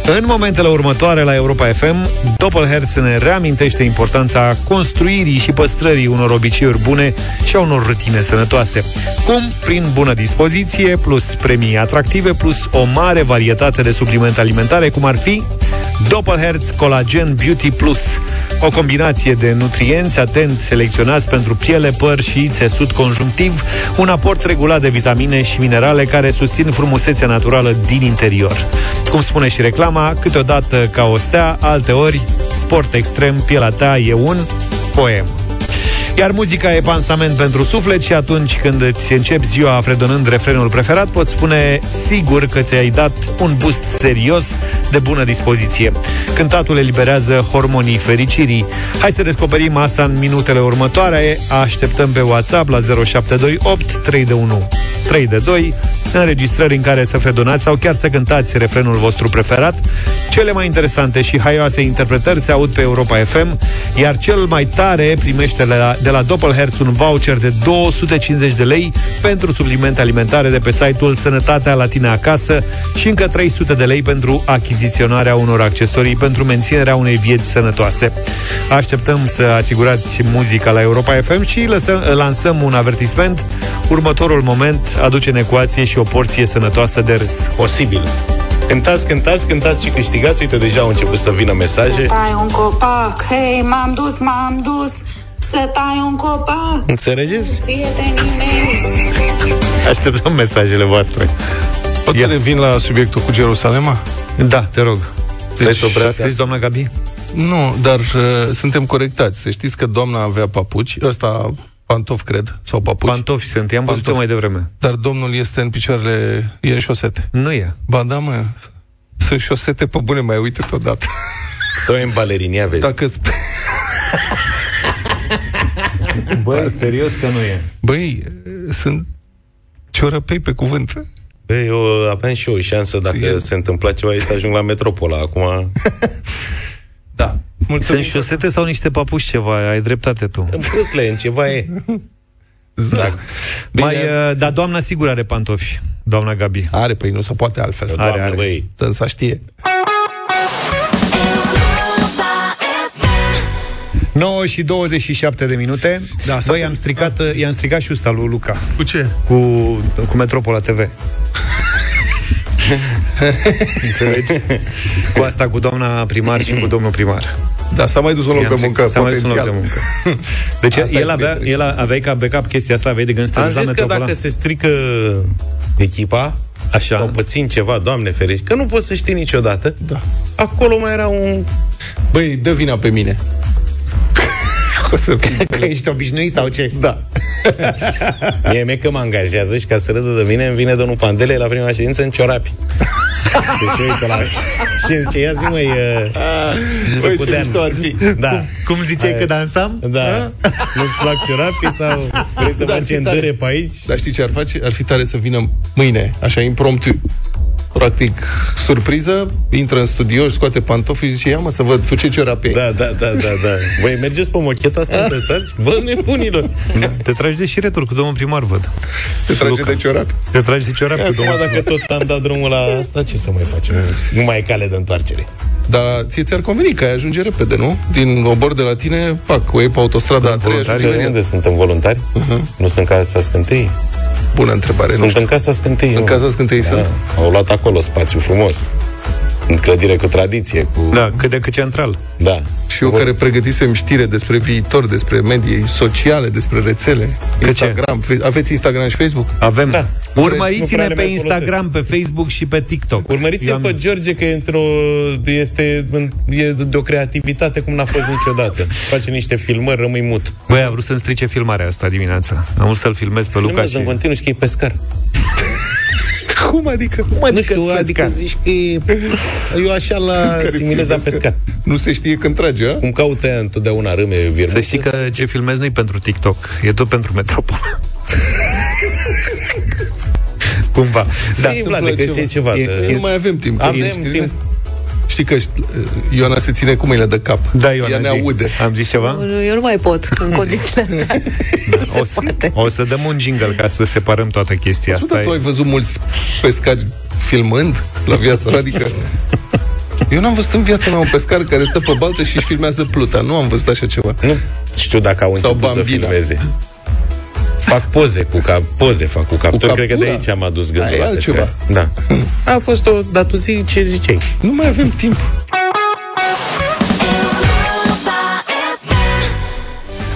Speaker 2: În momentele următoare la Europa FM, Doppelherz ne reamintește importanța construirii și păstrării unor obiceiuri bune și a unor rutine sănătoase. Cum? Prin bună dispoziție, plus premii atractive, plus o mare varietate de suplimente alimentare, cum ar fi Doppelherz Collagen Beauty Plus, o combinație de nutrienți atent selecționați pentru piele, păr și țesut conjunctiv, un aport regulat de vitamine și minerale care susțin frumusețea naturală din interior. Cum spune și reclama, câteodată ca o stea, alteori sport extrem, pielea ta e un poem. Iar muzica e pansament pentru suflet și atunci când îți începi ziua fredonând refrenul preferat, poți spune sigur că ți-ai dat un boost serios de bună dispoziție. Cântatul eliberează hormonii fericirii. Hai să descoperim asta în minutele următoare. Așteptăm pe WhatsApp la 0728 3 de 1 3 de 2 înregistrări în care să fredonați sau chiar să cântați refrenul vostru preferat. Cele mai interesante și haioase interpretări se aud pe Europa FM, iar cel mai tare primește la, de la Doppelherz un voucher de 250 de lei pentru suplimente alimentare de pe site-ul Sănătatea la tine acasă și încă 300 de lei pentru achiziționarea unor accesorii pentru menținerea unei vieți sănătoase. Așteptăm să asigurați muzica la Europa FM și lăsăm, lansăm un avertisment. Următorul moment aduce în ecuație și o porție sănătoasă de râs.
Speaker 4: Posibil. Cântați, cântați, cântați și câștigați. Uite, deja au început să vină mesaje.
Speaker 14: tai un copac, hei, m-am dus, m-am dus, să tai un copac,
Speaker 4: Înțelegeți?
Speaker 14: prietenii mei.
Speaker 4: Așteptăm mesajele voastre.
Speaker 3: Pot să revin la subiectul cu Jerusalema?
Speaker 2: Da, te rog.
Speaker 4: Deci, să
Speaker 2: a scris doamna Gabi?
Speaker 3: Nu, dar uh, suntem corectați. Să știți că doamna avea papuci, ăsta pantof, cred, sau papuci.
Speaker 2: Pantofi sunt, i-am văzut
Speaker 3: Pantofi.
Speaker 2: mai devreme.
Speaker 3: Dar domnul este în picioarele, e în șosete.
Speaker 2: Nu e.
Speaker 3: Ba da, mă, sunt șosete pe bune, mai uite odată.
Speaker 4: Sau e în balerinia, vezi?
Speaker 3: Dacă sp-
Speaker 2: Băi, serios că nu e.
Speaker 3: Băi, sunt ciorăpei pe cuvânt.
Speaker 4: Băi, Păi, eu aveam și eu o șansă dacă se întâmpla ceva, e să ajung la Metropola. Acum
Speaker 3: Da.
Speaker 2: Sunt
Speaker 3: Mulțumim.
Speaker 2: șosete sau niște papuși ceva, ai dreptate tu. Da.
Speaker 4: În prâsle, în ceva e.
Speaker 3: Zac. Exact. Bine.
Speaker 2: Mai, uh, dar doamna sigur are pantofi, doamna Gabi.
Speaker 3: Are, păi nu se poate altfel.
Speaker 2: Are,
Speaker 4: Doamne,
Speaker 2: are.
Speaker 4: băi.
Speaker 3: Să știe.
Speaker 2: 9 și 27 de minute.
Speaker 3: Da, s-a
Speaker 2: Băi, am stricat, uh, i-am stricat și usta lui Luca
Speaker 3: Cu ce?
Speaker 2: cu, cu Metropola TV. Înțelegi? Cu asta, cu doamna primar și cu domnul primar.
Speaker 3: Da, s-a mai dus un loc de
Speaker 2: I-am
Speaker 3: muncă,
Speaker 2: stricat- s-a mai dus un
Speaker 3: potențial.
Speaker 2: loc de muncă. Deci
Speaker 3: Asta e
Speaker 2: el, avea,
Speaker 3: prietenii,
Speaker 2: el
Speaker 3: ce să
Speaker 2: avea ca backup chestia asta, aveai de gând să te
Speaker 4: Am
Speaker 2: duci la
Speaker 4: zis că
Speaker 2: Metropola.
Speaker 4: dacă se strică echipa,
Speaker 2: Așa.
Speaker 4: sau pățin ceva, Doamne ferești, că nu poți să știi niciodată.
Speaker 3: Da.
Speaker 4: Acolo mai era un...
Speaker 3: Băi, dă vina pe mine. o să fii.
Speaker 2: Că ești obișnuit sau ce?
Speaker 3: Da.
Speaker 4: Mie mie că mă angajează și ca să râdă de mine, îmi vine domnul Pandele la prima ședință în ciorapi. Deci uite la... Și îmi zice, ia zi măi... Uh...
Speaker 3: Ah, Băi, ce
Speaker 4: Țăcudean.
Speaker 3: mișto ar fi.
Speaker 4: Da.
Speaker 2: Cum ziceai că dansam?
Speaker 4: Da. Nu-ți plac ciorapii sau vrei să
Speaker 3: Da, ar
Speaker 4: faci
Speaker 3: fi
Speaker 4: în
Speaker 3: tare.
Speaker 4: dâre pe aici?
Speaker 3: Dar știi ce ar face? Ar fi tare să vină mâine, așa, impromptu. Practic, surpriză, intră în studio, își scoate pantofii și zice, ia mă să văd tu ce Ah. ciorap ai.
Speaker 4: Da, da, da, da, da. Voi mergeți pe mocheta asta înălțați? Bă, nebunilor!
Speaker 2: Te tragi de șireturi cu domnul primar, văd.
Speaker 3: Te trage
Speaker 2: Luca.
Speaker 3: de ciorapi.
Speaker 2: Te tragi de ciorapi cu
Speaker 4: Acum,
Speaker 2: domnul
Speaker 4: dacă tot am dat drumul la asta, ce să mai facem? Nu mai e cale de întoarcere.
Speaker 3: Dar ție ți-ar conveni că ai ajunge repede, nu? Din obor de la tine, pac, o iei pe autostrada a treia și ajungi
Speaker 4: Voluntarii, unde
Speaker 3: imediat.
Speaker 4: suntem voluntari? Uh-huh. Nu sunt casa scânteii?
Speaker 3: Bună întrebare, nu
Speaker 4: Sunt
Speaker 3: știu.
Speaker 4: în casa scânteii.
Speaker 3: În
Speaker 4: mă.
Speaker 3: casa scântei sunt.
Speaker 4: Da, Au luat acolo spațiu frumos. În clădire cu tradiție, cu...
Speaker 2: Da, cât de cât central.
Speaker 4: da.
Speaker 3: Și eu care pregătisem știre despre viitor, despre medii sociale, despre rețele,
Speaker 2: Că
Speaker 3: Instagram, fe- aveți Instagram și Facebook?
Speaker 2: Avem. Da.
Speaker 4: Da.
Speaker 2: Urmăriți-ne
Speaker 4: Nu prea
Speaker 2: pe
Speaker 4: le mai
Speaker 2: Instagram, pe Facebook și pe TikTok.
Speaker 4: Urmăriți-l
Speaker 2: Eu am-
Speaker 4: pe George că e, într-o, este, în- e de o creativitate cum n-a fost niciodată. Face niște filmări, rămâi mut.
Speaker 2: Băi, a vrut să-mi strice filmarea asta dimineața. Am vrut să-l filmez pe Luca
Speaker 4: Filmează
Speaker 2: și...
Speaker 4: în continuu și că e pescar.
Speaker 3: Cum adică? Cum
Speaker 4: adică nu știu, adică zici că e- eu așa la similez la pescat.
Speaker 3: Nu se știe când trage, a?
Speaker 4: Cum caută ea întotdeauna râme
Speaker 2: Să
Speaker 4: vierme.
Speaker 2: știi că ce filmez nu-i pentru TikTok, e tot pentru Metropola. Cumva.
Speaker 4: Da, Zi, Vlad, că știi ceva. de-
Speaker 3: Nu mai avem timp. că
Speaker 4: Avem
Speaker 3: e știrile.
Speaker 4: timp.
Speaker 3: Știi că șt- Ioana se ține cu mâinile de cap. Da, Ioana Ea ne
Speaker 2: zi.
Speaker 3: aude.
Speaker 2: Am zis
Speaker 15: Da?
Speaker 2: ceva?
Speaker 16: Eu nu mai pot în condițiile astea.
Speaker 2: O să, o să dăm un jingle ca să separăm toată chestia
Speaker 3: Asta
Speaker 2: asta.
Speaker 3: tu
Speaker 2: e-
Speaker 3: ai văzut mulți pescari filmând la viața, adică... Eu n-am văzut în viața mea un pescar care stă pe baltă și își filmează pluta. Nu am văzut așa ceva.
Speaker 4: Nu știu dacă au
Speaker 3: Sau
Speaker 4: început să
Speaker 3: bambina.
Speaker 4: filmeze. Fac poze cu cap, poze fac cu capturi, cred că de
Speaker 3: captura?
Speaker 4: aici am adus gândul
Speaker 3: Aia e
Speaker 4: la
Speaker 3: altceva.
Speaker 4: pescar. Da. A fost o... Dar tu zi ce ziceai.
Speaker 3: Nu mai avem timp.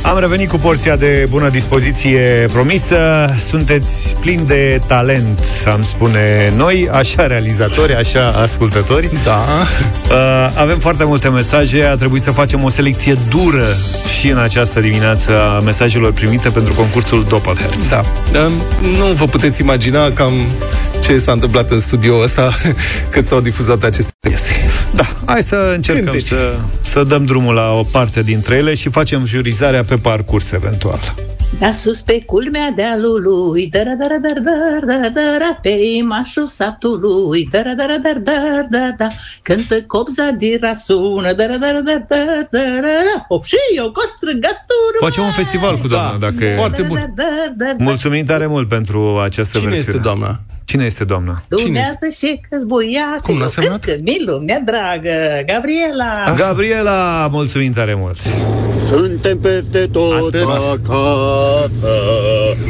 Speaker 2: Am revenit cu porția de bună dispoziție promisă. Sunteți plini de talent, am spune noi, așa realizatori, așa ascultători.
Speaker 3: Da.
Speaker 2: Uh, avem foarte multe mesaje, a trebuit să facem o selecție dură și în această dimineață a mesajelor primite pentru concursul Doppelherz.
Speaker 3: Da. Dar Nu vă puteți imagina cam ce s-a întâmplat în studio ăsta cât s-au difuzat aceste piese.
Speaker 2: Da, hai să încercăm să, să dăm drumul la o parte dintre ele și facem jurizarea pe parcurs eventual.
Speaker 17: Da sus pe culmea dealului, dara dara dar dar da dara pe imașul satului, dara dara dar dar da da, cântă copza din rasună, dara dara dar dar da da, hop și eu cu strângătură.
Speaker 2: Facem un festival cu doamna, da, dacă e...
Speaker 17: Dar, dar, dar, dar.
Speaker 2: Mulțumim tare mult pentru această
Speaker 3: Cine
Speaker 2: versiune.
Speaker 3: este doamna?
Speaker 2: Cine este doamna?
Speaker 17: Lumează și că zbuiați, Cum
Speaker 2: n-a
Speaker 17: semnat? Că mi lumea dragă, Gabriela.
Speaker 2: Gabriela, mulțumim tare mult!
Speaker 18: Suntem peste tot Atât. acasă,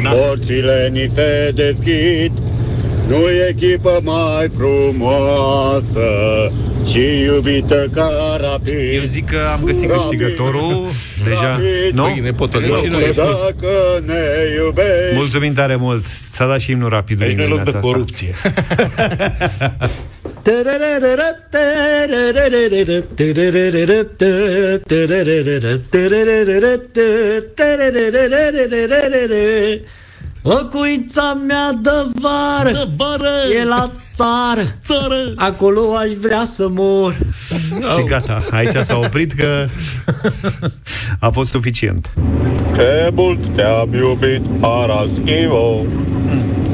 Speaker 18: da. porțile ni se deschid, nu e echipă mai frumoasă, ci iubită ca rapid.
Speaker 2: Eu zic că am găsit câștigătorul deja. Nu?
Speaker 3: Păi, ne potolim și noi.
Speaker 18: Dacă ne iubești,
Speaker 2: Mulțumim tare mult! S-a dat și imnul rapid
Speaker 4: Aici
Speaker 2: în
Speaker 4: nu e loc de
Speaker 2: dimineața asta.
Speaker 4: corupție.
Speaker 15: Locuința mea de vară, de vară E la țară, țară Acolo aș vrea să mor
Speaker 2: Și gata, aici s-a oprit că a fost suficient.
Speaker 13: Te mult te-am iubit, Paraschivo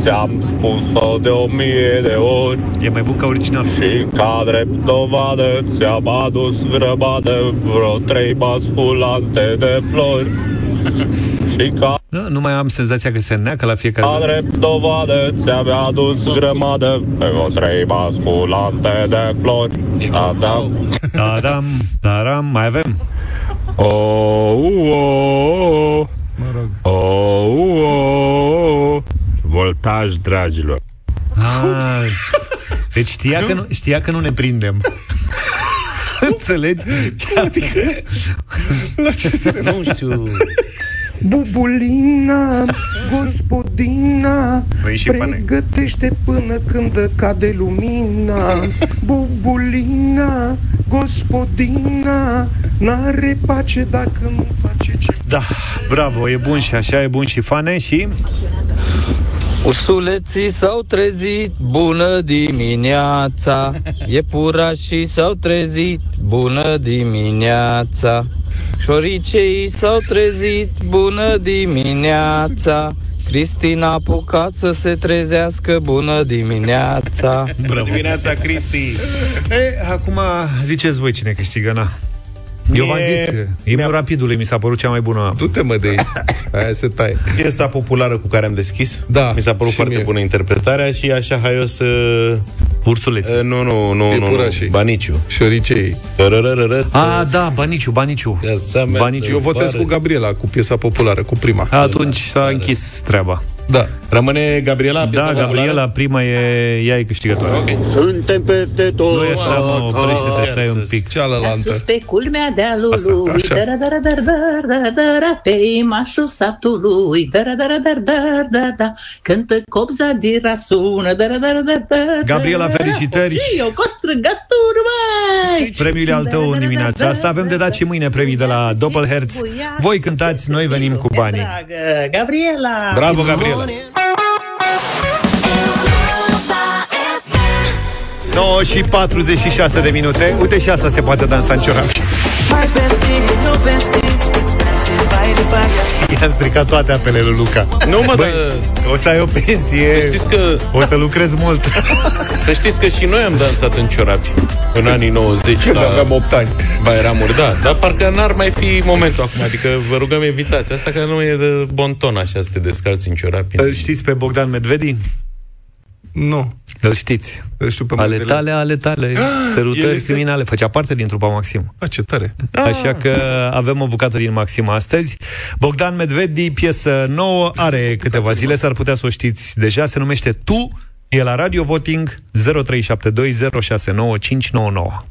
Speaker 13: Ți-am spus-o de o mie de ori
Speaker 2: E mai bun ca original
Speaker 13: Și ca drept dovadă Ți-am adus grămadă Vreo trei basculante de flori Și ca
Speaker 2: Da, nu mai am senzația că se neacă la fiecare
Speaker 13: ca
Speaker 2: zi.
Speaker 13: drept dovadă Ți-am adus grămadă Vreo trei basculante de flori Da, da
Speaker 2: Tadam, taram, mai avem.
Speaker 13: O, u, o, o. Mă rog. O, u, o, o. Voltaj, dragilor.
Speaker 2: Ah, deci știa că, nu, știa că nu ne prindem. Înțelegi? Adică...
Speaker 3: La ce se
Speaker 4: Nu știu...
Speaker 19: Bubulina, gospodina,
Speaker 2: Păi și fane.
Speaker 19: pregătește până când cade lumina. Bubulina, gospodina, n-are pace dacă nu face ce...
Speaker 2: Da, bravo, e bun și așa, e bun și fane și...
Speaker 20: Ursuleții s-au trezit, bună dimineața Iepurașii s-au trezit, bună dimineața Șoricei s-au trezit, bună dimineața Cristina a apucat să se trezească, bună dimineața
Speaker 4: Bună dimineața, Cristi!
Speaker 2: E, acum ziceți voi cine câștigă, na. Eu v-am
Speaker 4: Mie-
Speaker 2: zis că imnul rapidului mi s-a părut cea mai bună.
Speaker 3: Du-te mă de aici. Aia se taie.
Speaker 4: Piesa populară cu care am deschis.
Speaker 3: Da.
Speaker 4: Mi s-a părut
Speaker 3: și
Speaker 4: foarte
Speaker 3: mie.
Speaker 4: bună interpretarea și așa haios... Uh,
Speaker 2: Ursuleți.
Speaker 4: Uh, nu, nu, nu, nu, nu.
Speaker 3: Iepurașii.
Speaker 4: Baniciu.
Speaker 3: Șoricei.
Speaker 2: A, da, Baniciu, Baniciu. Baniciu.
Speaker 3: Eu votez cu Gabriela, cu piesa populară, cu prima.
Speaker 4: Da,
Speaker 2: Atunci s-a închis treaba.
Speaker 3: Da.
Speaker 4: Rămâne Gabriela, piesa
Speaker 2: Da,
Speaker 4: populară?
Speaker 2: Gabriela, prima e, ea e câștigătoare. Okay.
Speaker 18: suntem peste tot
Speaker 2: Nu este, mă, oprește-te, stai un pic.
Speaker 17: Da sus pe culmea dealului,
Speaker 2: Asta, așa.
Speaker 17: dara dara dar dar da dara pe imașul satului, dara dara dar dar da da, cântă copza din rasună, dara dara dar dar
Speaker 2: Gabriela, felicitări!
Speaker 17: Și eu cu strângături, mai!
Speaker 2: Premiul e al tău în dimineața asta. Avem de dat și mâine premii de la Doppelherz. Voi cântați, noi venim cu banii.
Speaker 17: Dragă, Gabriela!
Speaker 4: Bravo, Gabriela!
Speaker 2: 9 și 46 de minute. Uite și asta se poate dansa în ciorap.
Speaker 11: My bestie and your bestie dancing by the fire.
Speaker 2: I-a stricat toate apele lui Luca.
Speaker 4: Nu mă,
Speaker 2: Băi, O să ai o pensie.
Speaker 4: Să știți că...
Speaker 2: O să lucrezi mult.
Speaker 4: Să știți că și noi am dansat în ciorapi În anii 90 Când la... aveam
Speaker 3: 8 ani
Speaker 4: Bairamuri, da Dar parcă n-ar mai fi momentul acum Adică vă rugăm evitați Asta că nu e de bon ton așa Să te descalți în ciorapi
Speaker 2: Îl știți pe Bogdan Medvedin?
Speaker 3: Nu.
Speaker 2: Îl știți.
Speaker 3: Îl știu pe
Speaker 2: ale
Speaker 3: Mădălin.
Speaker 2: tale, ale tale,
Speaker 3: el
Speaker 2: sărutări
Speaker 3: este-
Speaker 2: criminale. Făcea parte din trupa Maxim.
Speaker 3: A, ce tare.
Speaker 2: Ah. Așa că avem o bucată din Maxim astăzi. Bogdan Medvedi, piesă nouă, are câteva zile, s-ar putea să o știți deja, se numește Tu, e la Radio Voting 0372069599.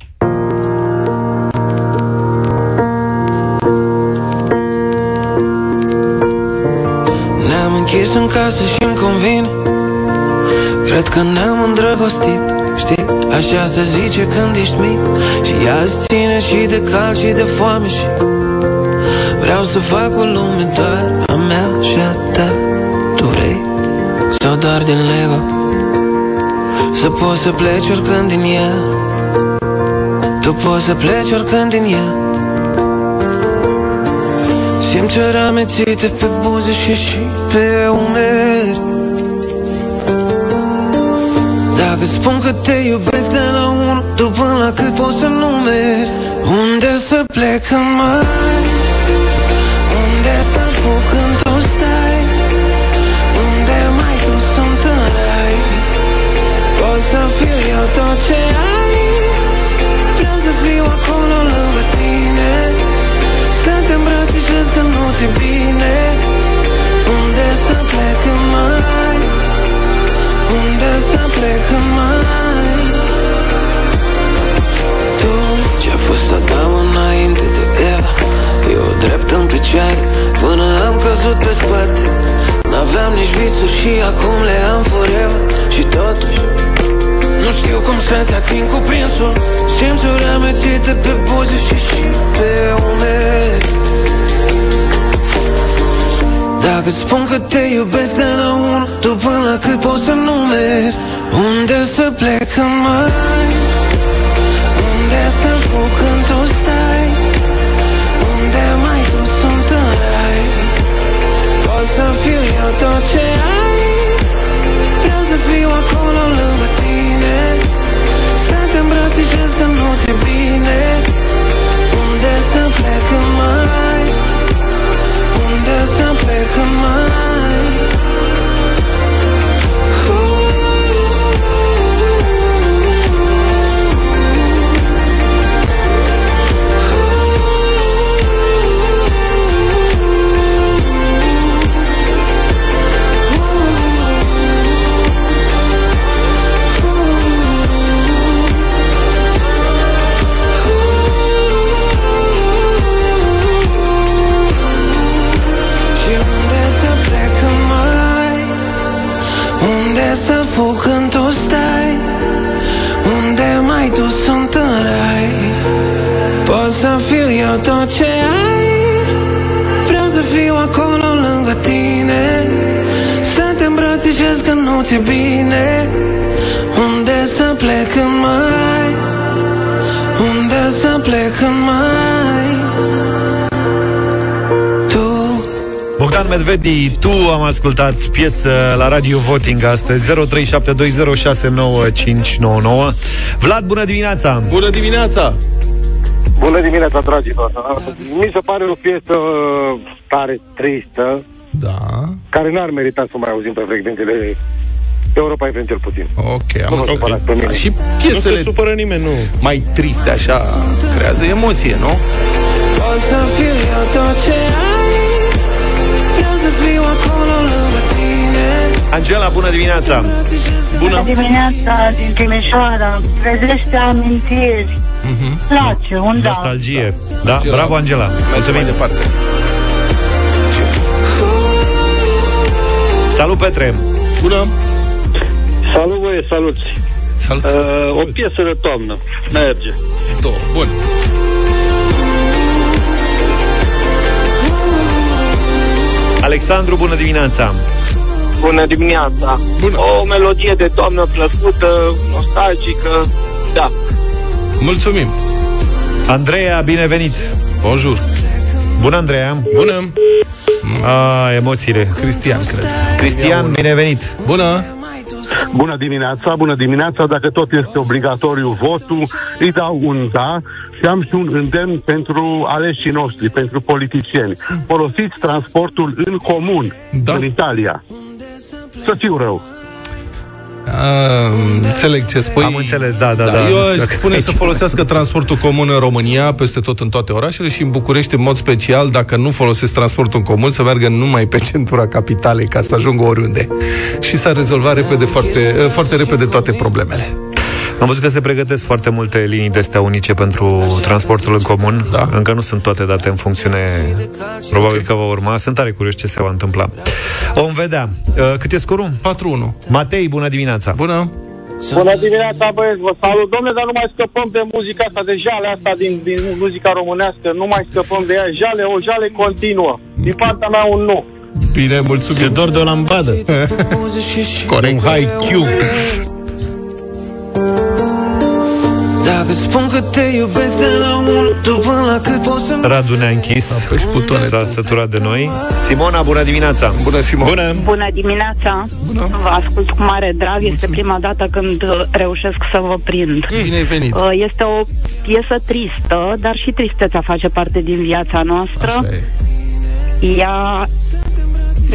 Speaker 21: Ne-am închis în casă și îmi convine Cred că ne-am îndrăgostit Știi, așa se zice când ești mic Și azi ține și de cal și de foame și Vreau să fac o lume doar a mea și a ta Tu vrei? Sau doar din Lego? Să poți să pleci oricând din ea Tu poți să pleci oricând din ea Simt ce ramețite pe buze și și pe umeri Dacă spun că te iubesc de la unul Tu până la cât poți să numeri Unde să plec în mai Unde să fug când tu stai Unde mai tu sunt în rai Pot să fiu eu tot ce ai Vreau să fiu acolo lângă tine să te îmbrățișez că nu ți bine Unde să plec în mai? Unde să plec în mai? Tu ce-a fost Adam înainte de Eva Eu drept în picioare Până am căzut pe spate N-aveam nici visuri și acum le am forever Și totuși nu știu cum să-ți ating cuprinsul Simți o rămețită pe buze și și pe umeri Dacă îți spun că te iubesc de la un Tu până la cât poți să numeri Unde să plec în mai Unde să fug când tu stai Unde mai tu sunt în rai Pot să fiu eu tot ce ai Vreau să fiu acolo lângă tine Să te îmbrățișez când nu ți bine Unde să plec în mai? Unde să plec în mai? Și unde să plec în mai? Unde să fug când tu stai? Unde mai tu sunt în rai? Pot să fiu eu tot ce ai Vreau să fiu acolo lângă tine Să te îmbrățișez când nu ți bine Unde să plec în mai? Unde să plec în mai? Tu
Speaker 2: Bogdan Medvedi, tu am ascultat piesă la Radio Voting astăzi 0372069599 Vlad, bună dimineața!
Speaker 3: Bună dimineața!
Speaker 22: Bună dimineața, dragilor! Mi se pare o piesă uh, tare tristă, da. care n-ar merita să o mai auzim pe frecvențele Europa FM cel puțin.
Speaker 3: Ok,
Speaker 22: Nu vă supărați pe mine.
Speaker 3: Și
Speaker 22: Nu
Speaker 3: piesele...
Speaker 22: se
Speaker 4: supără nimeni, nu.
Speaker 3: Mai triste, așa, creează emoție, nu?
Speaker 21: O să fiu eu tot ce ai Vreau să fiu acolo lângă tine
Speaker 2: Angela, bună dimineața!
Speaker 22: Bună
Speaker 23: dimineața din Timișoara Trezește amintiri Place, un da
Speaker 2: Nostalgie. Da, bravo Angela. Mulțumim. Mai
Speaker 3: departe.
Speaker 2: Salut, Petre!
Speaker 3: Bună!
Speaker 24: Salut, voi, salut! Salut! Uh, o piesă de toamnă. Merge.
Speaker 3: Două, bun.
Speaker 2: Alexandru, bună dimineața!
Speaker 24: Bună dimineața! Bună. O melodie de toamnă plăcută, nostalgică,
Speaker 8: Da.
Speaker 3: Mulțumim.
Speaker 2: Andreea, binevenit.
Speaker 3: Bonjour.
Speaker 2: Bună, Andreea.
Speaker 3: Bună.
Speaker 2: A, emoțiile.
Speaker 3: Cristian, cred.
Speaker 2: Cristian, binevenit.
Speaker 3: Bună.
Speaker 25: Bună dimineața, bună dimineața, dacă tot este obligatoriu votul, îi dau un da și am și un îndemn pentru aleșii noștri, pentru politicieni. Folosiți transportul în comun, da. în Italia. Să fiu rău.
Speaker 3: A, înțeleg ce spui.
Speaker 2: Am înțeles, da, da, da.
Speaker 3: eu aș spune să folosească transportul comun în România, peste tot în toate orașele și în București în mod special, dacă nu folosesc transportul în comun, să meargă numai pe centura capitalei ca să ajungă oriunde. Și s-ar rezolva repede, foarte, foarte repede toate problemele.
Speaker 2: Am văzut că se pregătesc foarte multe linii de astea unice pentru transportul în comun. Da. Încă nu sunt toate date în funcțiune. Probabil că va urma. Sunt tare curios ce se va întâmpla. Vom vedea. Uh, Cât e scorul?
Speaker 3: 4-1.
Speaker 2: Matei, bună dimineața!
Speaker 3: Bună!
Speaker 8: Bună dimineața, băieți, vă salut. Domnule, dar nu mai scăpăm de muzica asta, de jale asta din, din muzica românească. Nu mai scăpăm de ea. Jale, o jale continuă. Din partea mea, un nu.
Speaker 3: Bine, mulțumim.
Speaker 4: Se dor de o lambadă.
Speaker 3: Corect.
Speaker 4: Un haiku.
Speaker 21: Dacă spun că te iubesc de la un Tu până la cât poți să
Speaker 2: Radu ne-a închis. S-a săturat de noi. Simona, bună dimineața!
Speaker 3: Bună, Simona!
Speaker 4: Bună!
Speaker 12: Bună dimineața! Bună. Vă ascult cu mare drag, Mulțumim. este prima dată când uh, reușesc să vă prind.
Speaker 3: Bine ai venit!
Speaker 12: Uh, Este o piesă tristă, dar și tristețea face parte din viața noastră.
Speaker 3: Așa e.
Speaker 12: Ea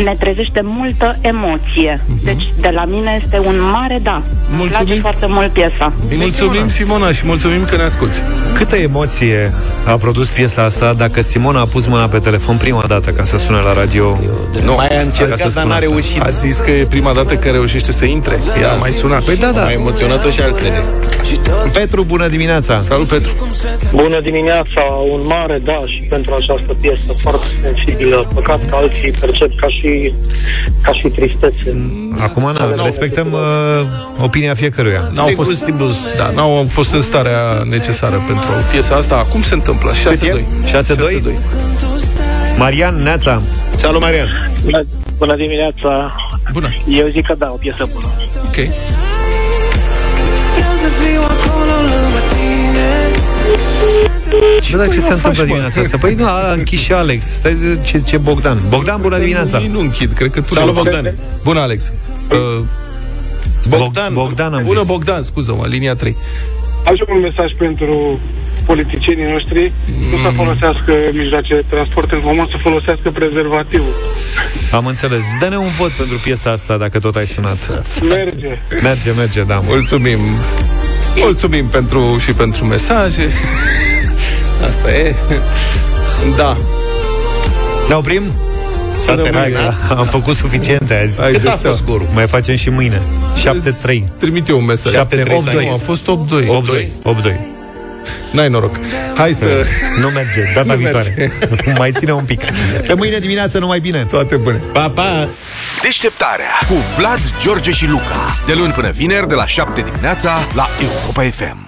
Speaker 12: ne trezește multă emoție. Deci, de la mine este un mare da. Îmi place
Speaker 3: Mhm. Mulțumim.
Speaker 12: foarte mult piesa.
Speaker 3: Mulțumim, Simona, și mulțumim că ne asculti.
Speaker 2: Câtă emoție a produs piesa asta dacă Simona a pus mâna pe telefon prima dată ca să sune la radio?
Speaker 3: Nu,
Speaker 2: Mai a
Speaker 3: ca
Speaker 2: încercat,
Speaker 3: să
Speaker 2: dar
Speaker 3: spun
Speaker 2: n-a
Speaker 3: asta.
Speaker 2: reușit.
Speaker 3: A zis că e prima dată că reușește să intre. Ea a mai sunat. Păi da, da.
Speaker 4: Mai emoționat-o și al crede.
Speaker 2: Petru, bună dimineața!
Speaker 3: Salut, Petru.
Speaker 8: Bună dimineața, un mare da și pentru această piesă foarte sensibilă. Păcat că alții percep ca și, ca și tristețe.
Speaker 2: Acum, na, respectăm uh, opinia fiecăruia.
Speaker 3: N-au fost, da, n-au fost în starea necesară pentru piesa asta. Acum se întâmplă. 6-2.
Speaker 2: 6-2? Marian, neața!
Speaker 4: Salut, Marian.
Speaker 8: Bună, bună dimineața.
Speaker 3: Bună.
Speaker 8: Eu zic că da, o piesă bună.
Speaker 3: Ok.
Speaker 21: Vreau să fiu acolo lângă tine
Speaker 2: Bă, dar ce
Speaker 3: păi
Speaker 2: se
Speaker 3: nu
Speaker 2: întâmplă
Speaker 3: faci, mă?
Speaker 2: dimineața asta? Păi da, a închis și Alex. Stai să ce zice Bogdan. Bogdan, bună dimineața!
Speaker 3: Nu închid, cred că tu...
Speaker 4: Salut, Bogdan.
Speaker 3: Bună, Alex. Uh, Bogdan.
Speaker 2: Bogdan am
Speaker 3: Bună,
Speaker 2: zis.
Speaker 3: Bogdan, scuză-mă, linia 3.
Speaker 6: Aș un mesaj pentru politicienii noștri nu să folosească mijloace de transport în comun, să folosească prezervativul.
Speaker 2: Am înțeles. Dă-ne un vot pentru piesa asta, dacă tot ai sunat.
Speaker 6: Merge.
Speaker 2: Merge, merge, da.
Speaker 3: Mulțumim. Mulțumim pentru și pentru mesaje. Asta e. Da.
Speaker 2: Ne oprim? da.
Speaker 3: S-a
Speaker 2: Hai,
Speaker 3: terminat.
Speaker 2: că am făcut suficiente azi. Da,
Speaker 3: Ai
Speaker 4: Cât a
Speaker 3: destul.
Speaker 4: fost scorul?
Speaker 2: Mai facem și mâine. 7-3.
Speaker 3: Trimite un mesaj.
Speaker 2: 7-3, să
Speaker 3: Nu,
Speaker 2: ai.
Speaker 3: a fost 8-2.
Speaker 2: 8-2. 8-2.
Speaker 3: N-ai noroc. Hai să...
Speaker 2: Nu merge, data
Speaker 3: Nu merge.
Speaker 2: viitoare. Mai ține un pic. Pe mâine dimineață numai bine.
Speaker 3: Toate bune.
Speaker 4: Pa, pa.
Speaker 1: Deșteptarea cu Vlad, George și Luca. De luni până vineri, de la 7 dimineața, la Europa FM.